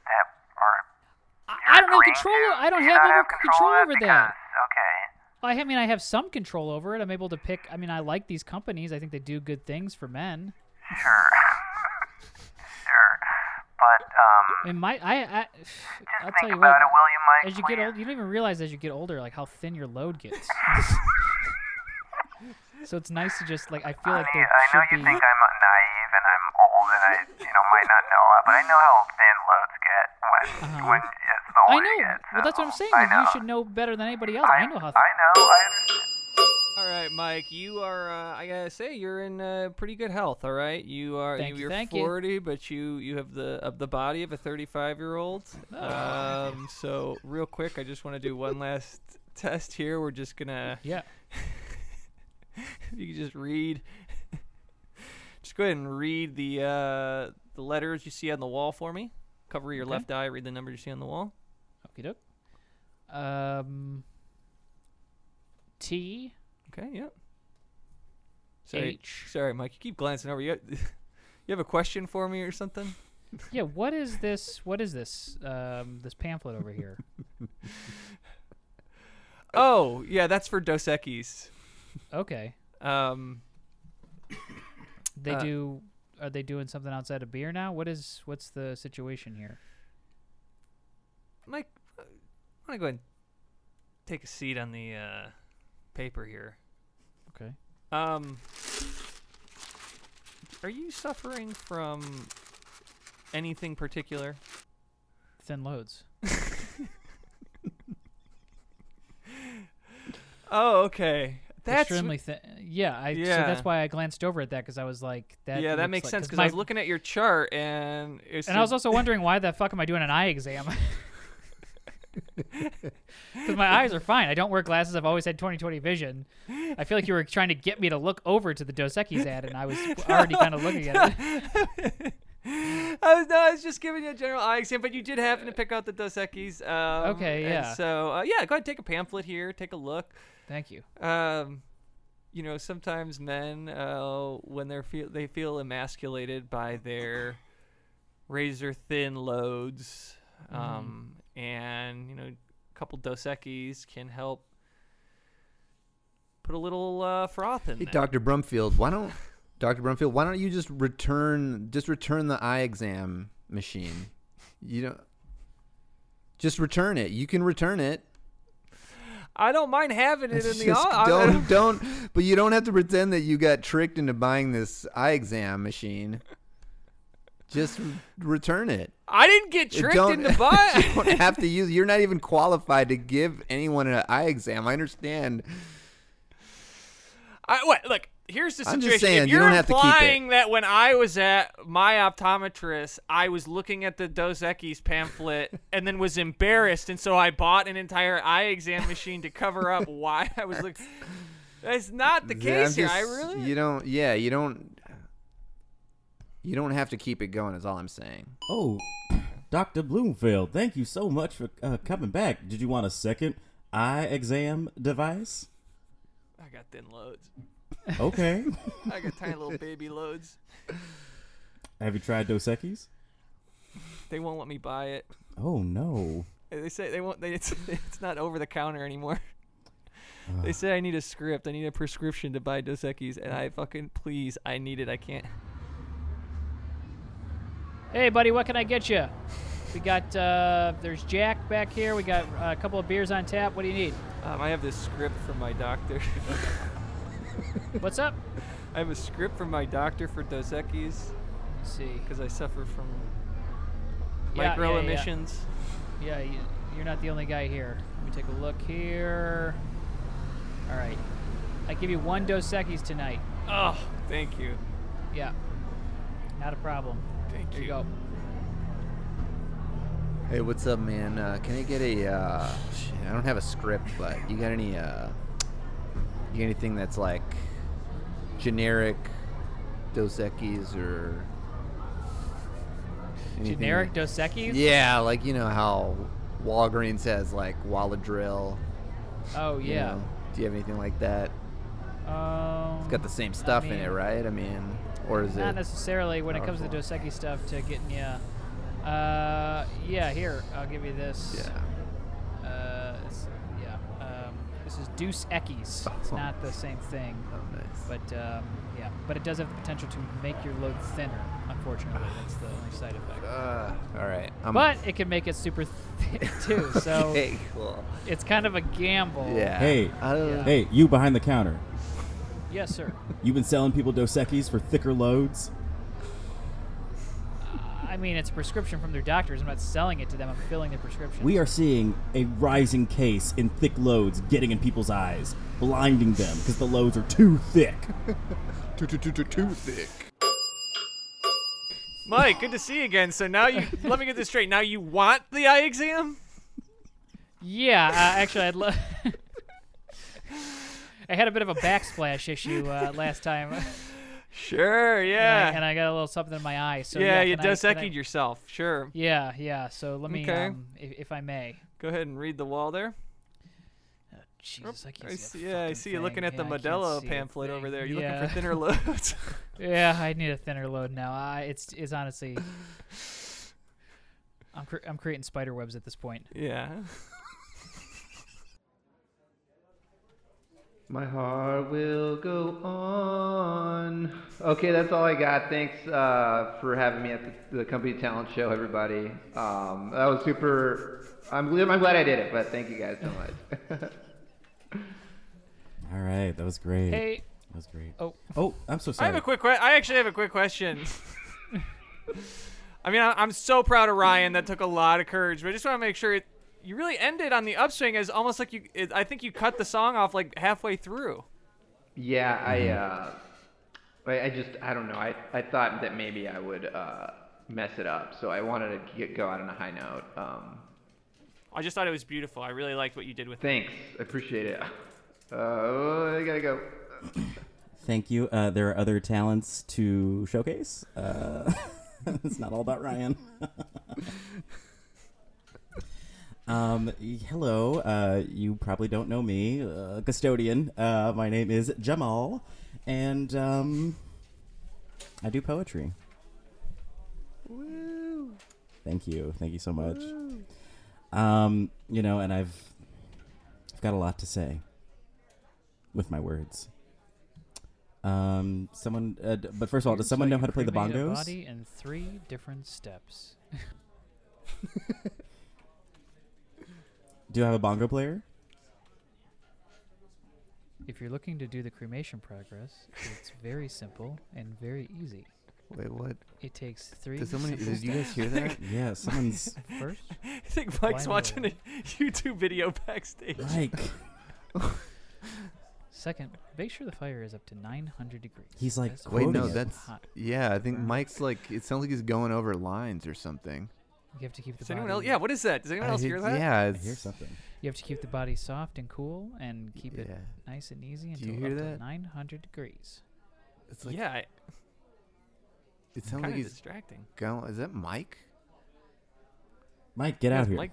that are.
I, I don't have
agreeing
control.
to.
I don't
You
have
not
ever control
of it
over that.
because- Okay.
I ha- I mean, I have some control over it. I'm able to pick. I mean, I like these companies. I think they do good things for men.
Sure. sure. But um,
I mean, my, I, I, (sighs)
just
I'll tell
think
you
about
what.
it, will you, Mike?
As you
will
get old, you don't even realize as you get older, like how thin your load
(laughs)
gets. (laughs) so it's nice to just like I feel like
Honey,
there
I know
should
you
be.
think I'm naive and I'm old and I, you know, might not know a lot, but I know how thin loads get when, when it's the
Uh-huh. I
older you
know.
get,
Well, that's what I'm
so
saying.
I
is
know.
You should know better than anybody else. I, know how.
I know. I understand.
All right, Mike. You are. Uh, I gotta say, you're in uh, pretty good health. All right, you are.
Thank you,
you're
thank you.
40, but you you have the of the body of a 35 year old.
Oh.
Um, so real quick, I just want to do one last test here. We're just gonna.
yeah.
(laughs) You can just read. Just go ahead and read the uh, the letters you see on the wall for me. Cover your left eye. Read the numbers you see on the wall.
Okie doke. Um, T.
Okay, yeah. Sorry,
H.
sorry, Mike. You keep glancing over. You, (laughs) you have a question for me or something?
Yeah, what is this? What is this? Um, this pamphlet over here.
Oh, yeah, that's for Dos Equis.
Okay,
Um,
they
Uh,
do. Are they doing something outside of beer now? What is? What's the situation here?
Mike, uh, why don't I go ahead and take a seat on the uh, paper here?
Okay.
Um, are you suffering from anything particular?
Thin loads.
Oh, okay. That's
extremely thin. Yeah, I. So
Yeah.
that's why I glanced over at that because I was like, that.
yeah, that
looks
makes
like-
sense because
my-
I was looking at your chart and it's
And I was also wondering why the fuck am I doing an eye
(laughs)
exam? (laughs) Because my eyes are fine. I don't wear glasses. I've always had 20/20 vision. I feel like you were trying to get me to look over to the Dos Equis ad, and I was already kind
(laughs)
of looking at it.
I was, no, I was just giving you a general eye exam, but you did happen to pick out the Dos Equis. Um,
Okay,
and
yeah.
so uh, yeah, go ahead, take a pamphlet here, take a look.
Thank you.
Um, you know, sometimes men, uh, when they're feel they feel emasculated by their razor thin loads, um,
Mm.
and you know, a couple Dos Equis can help put a little uh, froth in
Hey,
there.
Doctor Brumfield, why
(laughs)
don't Doctor Brumfield, why don't you just return just return the eye exam machine? You don't just return it. You can return it.
I don't mind having it in the
Just
o- I-
don't don't. But you don't have to pretend that you got tricked into buying this eye exam machine. Just re- return it.
(laughs) I didn't get tricked
don't,
into buying.
(laughs) you don't have to use. You're not even qualified to give anyone an eye exam. I understand.
I what, look. Here's the
I'm
situation.
just saying,
if
you
you're
don't have to keep it.
implying that when I was at my optometrist, I was looking at the Dos Equis
(laughs)
pamphlet and then was embarrassed, and so I bought an entire eye exam machine to cover up why I was looking. That's not the
(laughs) Yeah, I'm
case here. I
just-
really.
You don't. Yeah, you don't. You don't have to keep it going. Is all I'm saying.
Oh, Dr. Bloomfield, thank you so much for uh, coming back. Did you want a second eye exam device?
I got thin loads. (laughs)
Okay.
I got tiny little baby loads.
Have you tried Dos Equis?
They won't let me buy it.
Oh, no.
They say they won't. They, (laughs) it's it's not over the counter anymore.
Ah.
They say I need a script. I need a prescription to buy Dos Equis, and I fucking please, I need it. I can't.
Hey, buddy, what can I get you? We got uh, there's Jack back here. We got uh, a couple of beers on tap. What do you need?
Um, I have this script from my doctor. (laughs)
What's up?
I have a script from my doctor for Dos Equis
Let's
(laughs)
see.
because I suffer from
Yeah,
micro
yeah, yeah.
emissions.
Yeah, you, you're not the only guy here. Let me take a look here. All right, I give you one Dos Equis tonight.
Oh, thank you.
Yeah, not a problem.
Thank
Here you go.
Hey, what's up, man? Uh, can I get a? Uh, shit, I don't have a script, but you got any? Uh, you got anything that's like generic Dos Equis or anything
Generic
that-
Dos Equis?
Yeah, like you know how Walgreens has like Walladrill.
Oh
you
yeah.
know? Do you have anything like that?
Um,
It's got the same stuff in it,
mean-
right? I mean, or is
Not
it?
necessarily when it comes to Dos
powerful.
Equis stuff to getting you. Uh, yeah, here I'll give you this.
Yeah.
Uh, it's- yeah. Um, this is Deuce Equis. It's
Oh.
not the same thing.
Oh, nice.
But um, yeah, but it does have the potential to make your load thinner. Unfortunately,
Ah.
that's the only side effect.
Uh, all right. I'm-
But it can make it super thick (laughs) too, so
(laughs) okay, cool.
it's kind of a gamble.
Yeah.
Hey.
I don't
Oh. Yeah.
Hey, you behind the counter.
Yes, sir.
You've been selling people Dos Equis for thicker loads?
I mean, it's a prescription from their doctors. I'm not selling it to them. I'm filling their prescription.
We are seeing a rising case in thick loads getting in people's eyes, blinding them because the loads are too thick.
Mike, good to see you again. So
(laughs)
now you let me get this straight. Now you want the eye exam?
Yeah, uh, actually, I'd (laughs) love. I had a bit of a backsplash issue uh, last time. (laughs)
Sure,
and, I,
yeah.
and I got a little something in my eye. So yeah
yeah, you
can I- can I-
dissected yourself. Sure.
Yeah, yeah. So let me,
Okay. Oh,
um, if, if I may.
Go ahead and read the wall there.
Jesus, I can't
I
see.
see,
a
yeah, I
fucking
see you
thing.
looking at the
Yeah, I can't
Modelo
see a
pamphlet over
thing.
there. You
yeah.
looking for thinner
(laughs)
loads?
yeah, I need a thinner load now. I, it's it's
(laughs)
honestly, I'm cre- I'm creating spider webs at this point.
(laughs) yeah.
My heart will go on. Okay, that's all I got. Thanks uh, for having me at the, the Company Talent Show, everybody. Um, that was super. I'm, gl- I'm glad I did it, but thank you guys so much. (laughs)
All right, that was great.
Hey,
That was great.
oh,
Oh, I'm so
I
sorry.
have a quick que- I actually have a quick question. (laughs) I mean, I- I'm so proud of Ryan. That took a lot of courage, but I just want to make sure it, you really ended on the upswing as almost like you. It, I think you cut the song off like halfway through.
yeah, I, uh, I, I just, I don't know. I, I thought that maybe I would uh, mess it up, so I wanted to get, go out on a high note. Um,
I just thought it was beautiful. I really liked what you did with it.
thanks. I appreciate it. (laughs) Uh, I gotta go.
Thank you. Uh, there are other talents to showcase. Uh, (laughs) it's not all about Ryan. um, y- hello. Uh, you probably don't know me, uh, custodian. Uh, my name is Jamal, and um, I do poetry. Woo. Thank you. Thank you so much. Um, you know, and I've I've got a lot to say with my words. Um, someone, uh, d- but first of all, does
here's
someone
how
know
you
how to play the
cremate a
bongos?
Body in three different steps.
Do you have a bongo player?
If you're looking to do the cremation progress, it's very simple and very easy.
Wait, what?
It takes three.
Did someone?
simple
Did you guys
steps.
hear that?
Yeah, someone's (laughs)
First,
(laughs) I think Mike's
Why
watching
not?
a YouTube video backstage.
like
second, make sure the fire is up to 900 degrees.
He's like,
That's
Wait, no,
always
that's-
hot.
Yeah, I think Mike's like it sounds like he's going over lines or something.
You have to keep the
Does anyone
body.
else? Yeah. What is that? Does anyone
I
else
hear-
hear that?
Yeah,
I hear
it's,
something.
You have to keep the body soft and cool and keep it
Yeah.
nice and easy
Do you
until
hear
up
that?
to 900 degrees.
it's like
yeah. it-
it sounds like
Kind of
he's
distracting.
going. Is that Mike?
Mike, get out here.
Mike,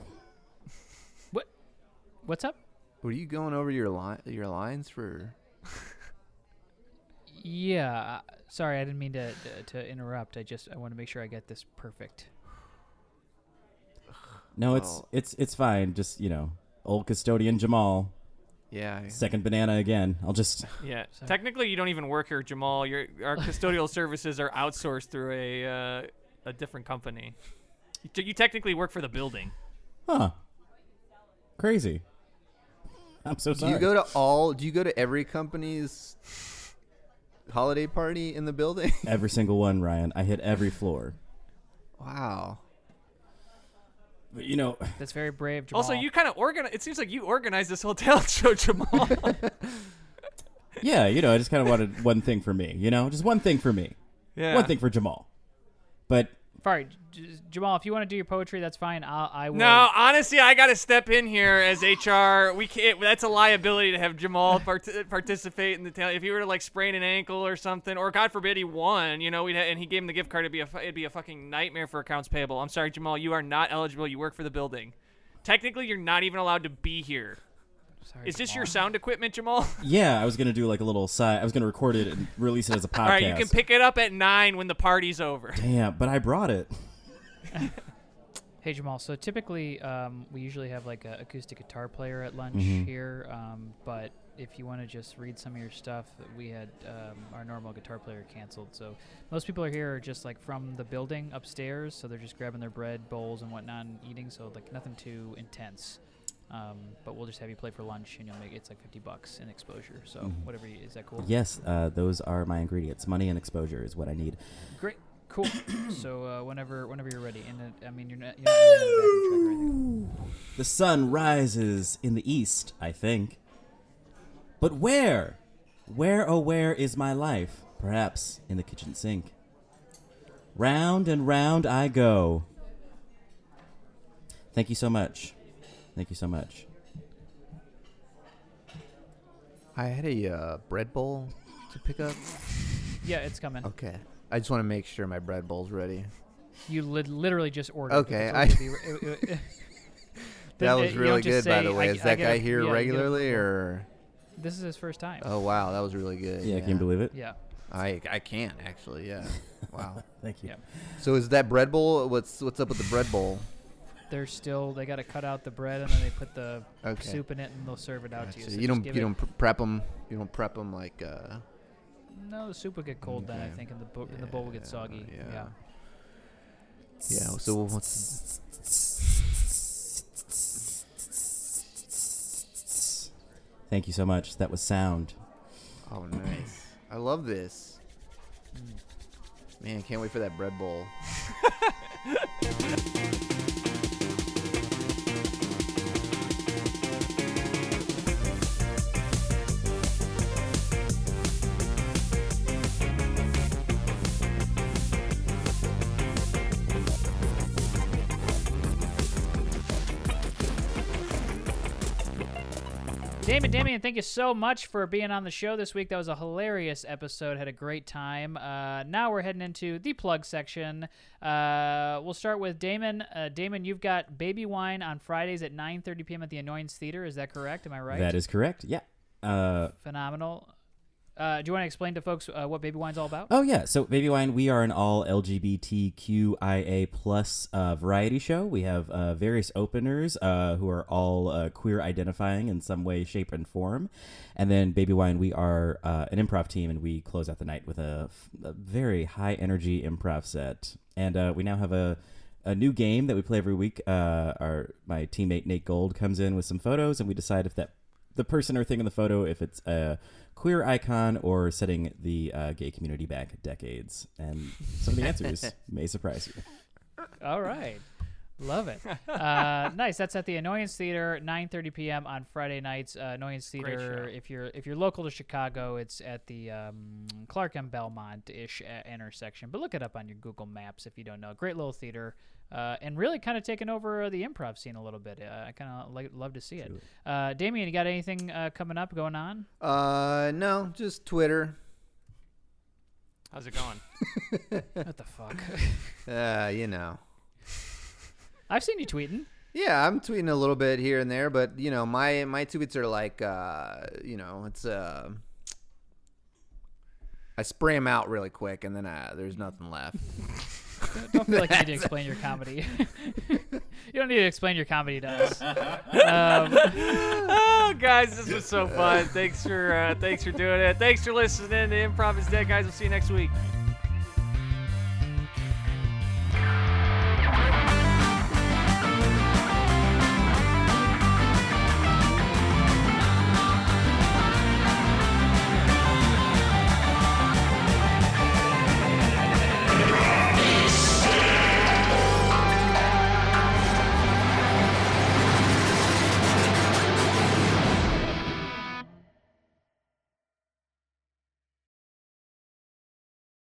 What's up?
Were you going over your line your lines for?
Yeah, uh, sorry, I didn't mean to to, to interrupt. I just I want to make sure I get this perfect.
No, it's
Oh.
it's it's fine. Just you know, old custodian Jamal,
Yeah, I-
second banana again. I'll just
Yeah. Technically, you don't even work here, Jamal. Your our custodial (laughs) services are outsourced through a uh, a different company. You, t- you technically work for the building.
huh, crazy. I'm so
Do
sorry.
you go to all? Do you go to every company's holiday party in the building? (laughs)
every single one, Ryan. I hit every floor.
wow.
But you (laughs) know,
That's very brave, Jamal.
Also, you kind of organize. It seems like you organized this whole (laughs) talent show, Jamal.
yeah, you know, I just kind of wanted one thing for me. You know, just one thing for me,
yeah.
one thing for Jamal. But
Sorry, J- Jamal. If you want to do your poetry, that's fine. I'll, I will.
No, honestly, I gotta step in here as HR. We can't. That's a liability to have Jamal part- participate in the talent. If he were to like sprain an ankle or something, or God forbid he won, you know, we'd ha- and he gave him the gift card, it'd be a fu- it'd be a fucking nightmare for accounts payable. I'm sorry, Jamal, you are not eligible. You work for the building. Technically, you're not even allowed to be here.
Sorry,
Is this your
Jamal.
sound equipment, Jamal?
yeah, I was gonna do like a little side. I was gonna record it and release it as a
(laughs)
podcast.
All right, you can pick it up at nine when the party's over.
Yeah, but I brought it.
Hey Jamal. So typically, um, we usually have like an acoustic guitar player at lunch here. Um, but if you want to just read some of your stuff, we had um, our normal guitar player canceled. So most people are here are just like from the building upstairs, so they're just grabbing their bread bowls and whatnot and eating. So like nothing too intense. Um, but we'll just have you play for lunch, and you'll make it's like fifty bucks in exposure. So whatever you, is that cool?
Yes, uh, those are my ingredients. Money and exposure is what I need.
Great. Cool. so uh, whenever whenever you're ready, and uh, I mean you're not you're not really on a backing track or anything.
The sun rises in the east, I think. But where? Where, oh, where is my life? Perhaps in the kitchen sink. Round and round I go. Thank you so much. Thank you so much.
I had a uh, bread bowl to pick up.
Yeah, it's coming.
Okay. I just want to make sure my bread bowl's ready.
You li- literally just ordered.
Okay,
because
I-
it would be- it- (laughs) it-
(laughs) That
Then, uh,
was
you
really
don't just
good, by
say,
the way.
I-
Is
I
that
get a-
guy here
yeah, I get a-
regularly, or
this is his first time.
oh wow, that was really good.
Yeah, I can't believe it.
Yeah.
I I can't actually. (laughs) Yeah. Wow.
Thank you.
Yeah.
So is that bread bowl? What's what's up with the bread bowl?
They're still they got to cut out the bread and then they put the
Okay.
soup in it and they'll serve it out to you.
So
So
you
just
don't
give
you
it-
don't pr- prep them. You don't prep them like. Uh,
No, the soup would get cold then. I
Okay.
think, and the bo- and the bowl would get soggy.
yeah.
yeah.
yeah. So what's
(laughs)
Thank you so much. That was sound.
oh nice. I love this.
Mm.
Man, can't wait for that bread bowl.
Damon, Damien, thank you so much for being on the show this week. That was a hilarious episode. Had a great time. Uh, now we're heading into the plug section. Uh, we'll start with Damon. Uh, Damon, you've got Baby Wine on Fridays at 9:30 p.m. at the Annoyance Theater. Is that correct? Am I right?
That is correct. Yeah. Uh,
phenomenal. Uh, do you want to explain to folks uh, what Baby Wine's all about?
Oh yeah, so Baby Wine, we are an all LGBTQIA plus uh, variety show. We have uh, various openers uh, who are all uh, queer identifying in some way, shape, and form, and then Baby Wine, we are uh, an improv team, and we close out the night with a, f- a very high energy improv set, and uh, we now have a a new game that we play every week. Uh, our my teammate Nate Gold comes in with some photos, and we decide if that the person or thing in the photo if it's a queer icon or setting the uh, gay community back decades and some of the answers may surprise you
All right. Love (laughs) it. Uh, nice. That's at the Annoyance Theater, 9:30 p.m. on Friday nights. Uh, Annoyance
Great
Theater.
show.
If you're if you're local to Chicago, it's at the um, Clark and Belmont ish uh, intersection. But look it up on your Google Maps if you don't know. Great little theater, uh, and really kind of taking over the improv scene a little bit. Uh, I kind of like, love to see it. Uh, Damien, you got anything uh, coming up going on?
Uh, no, just Twitter.
How's it going?
what the fuck?
Uh, you know.
(laughs) I've seen you tweeting.
Yeah, I'm tweeting a little bit here and there, but you know, my my tweets are like, uh, you know, it's uh, I spray them out really quick, and then I, there's nothing left.
Don't feel like you need to explain your comedy. (laughs) you don't need to explain your comedy to us. Um,
oh, guys, this was so fun. Thanks for uh, thanks for doing it. Thanks for listening. The improv is dead, guys. We'll see you next week.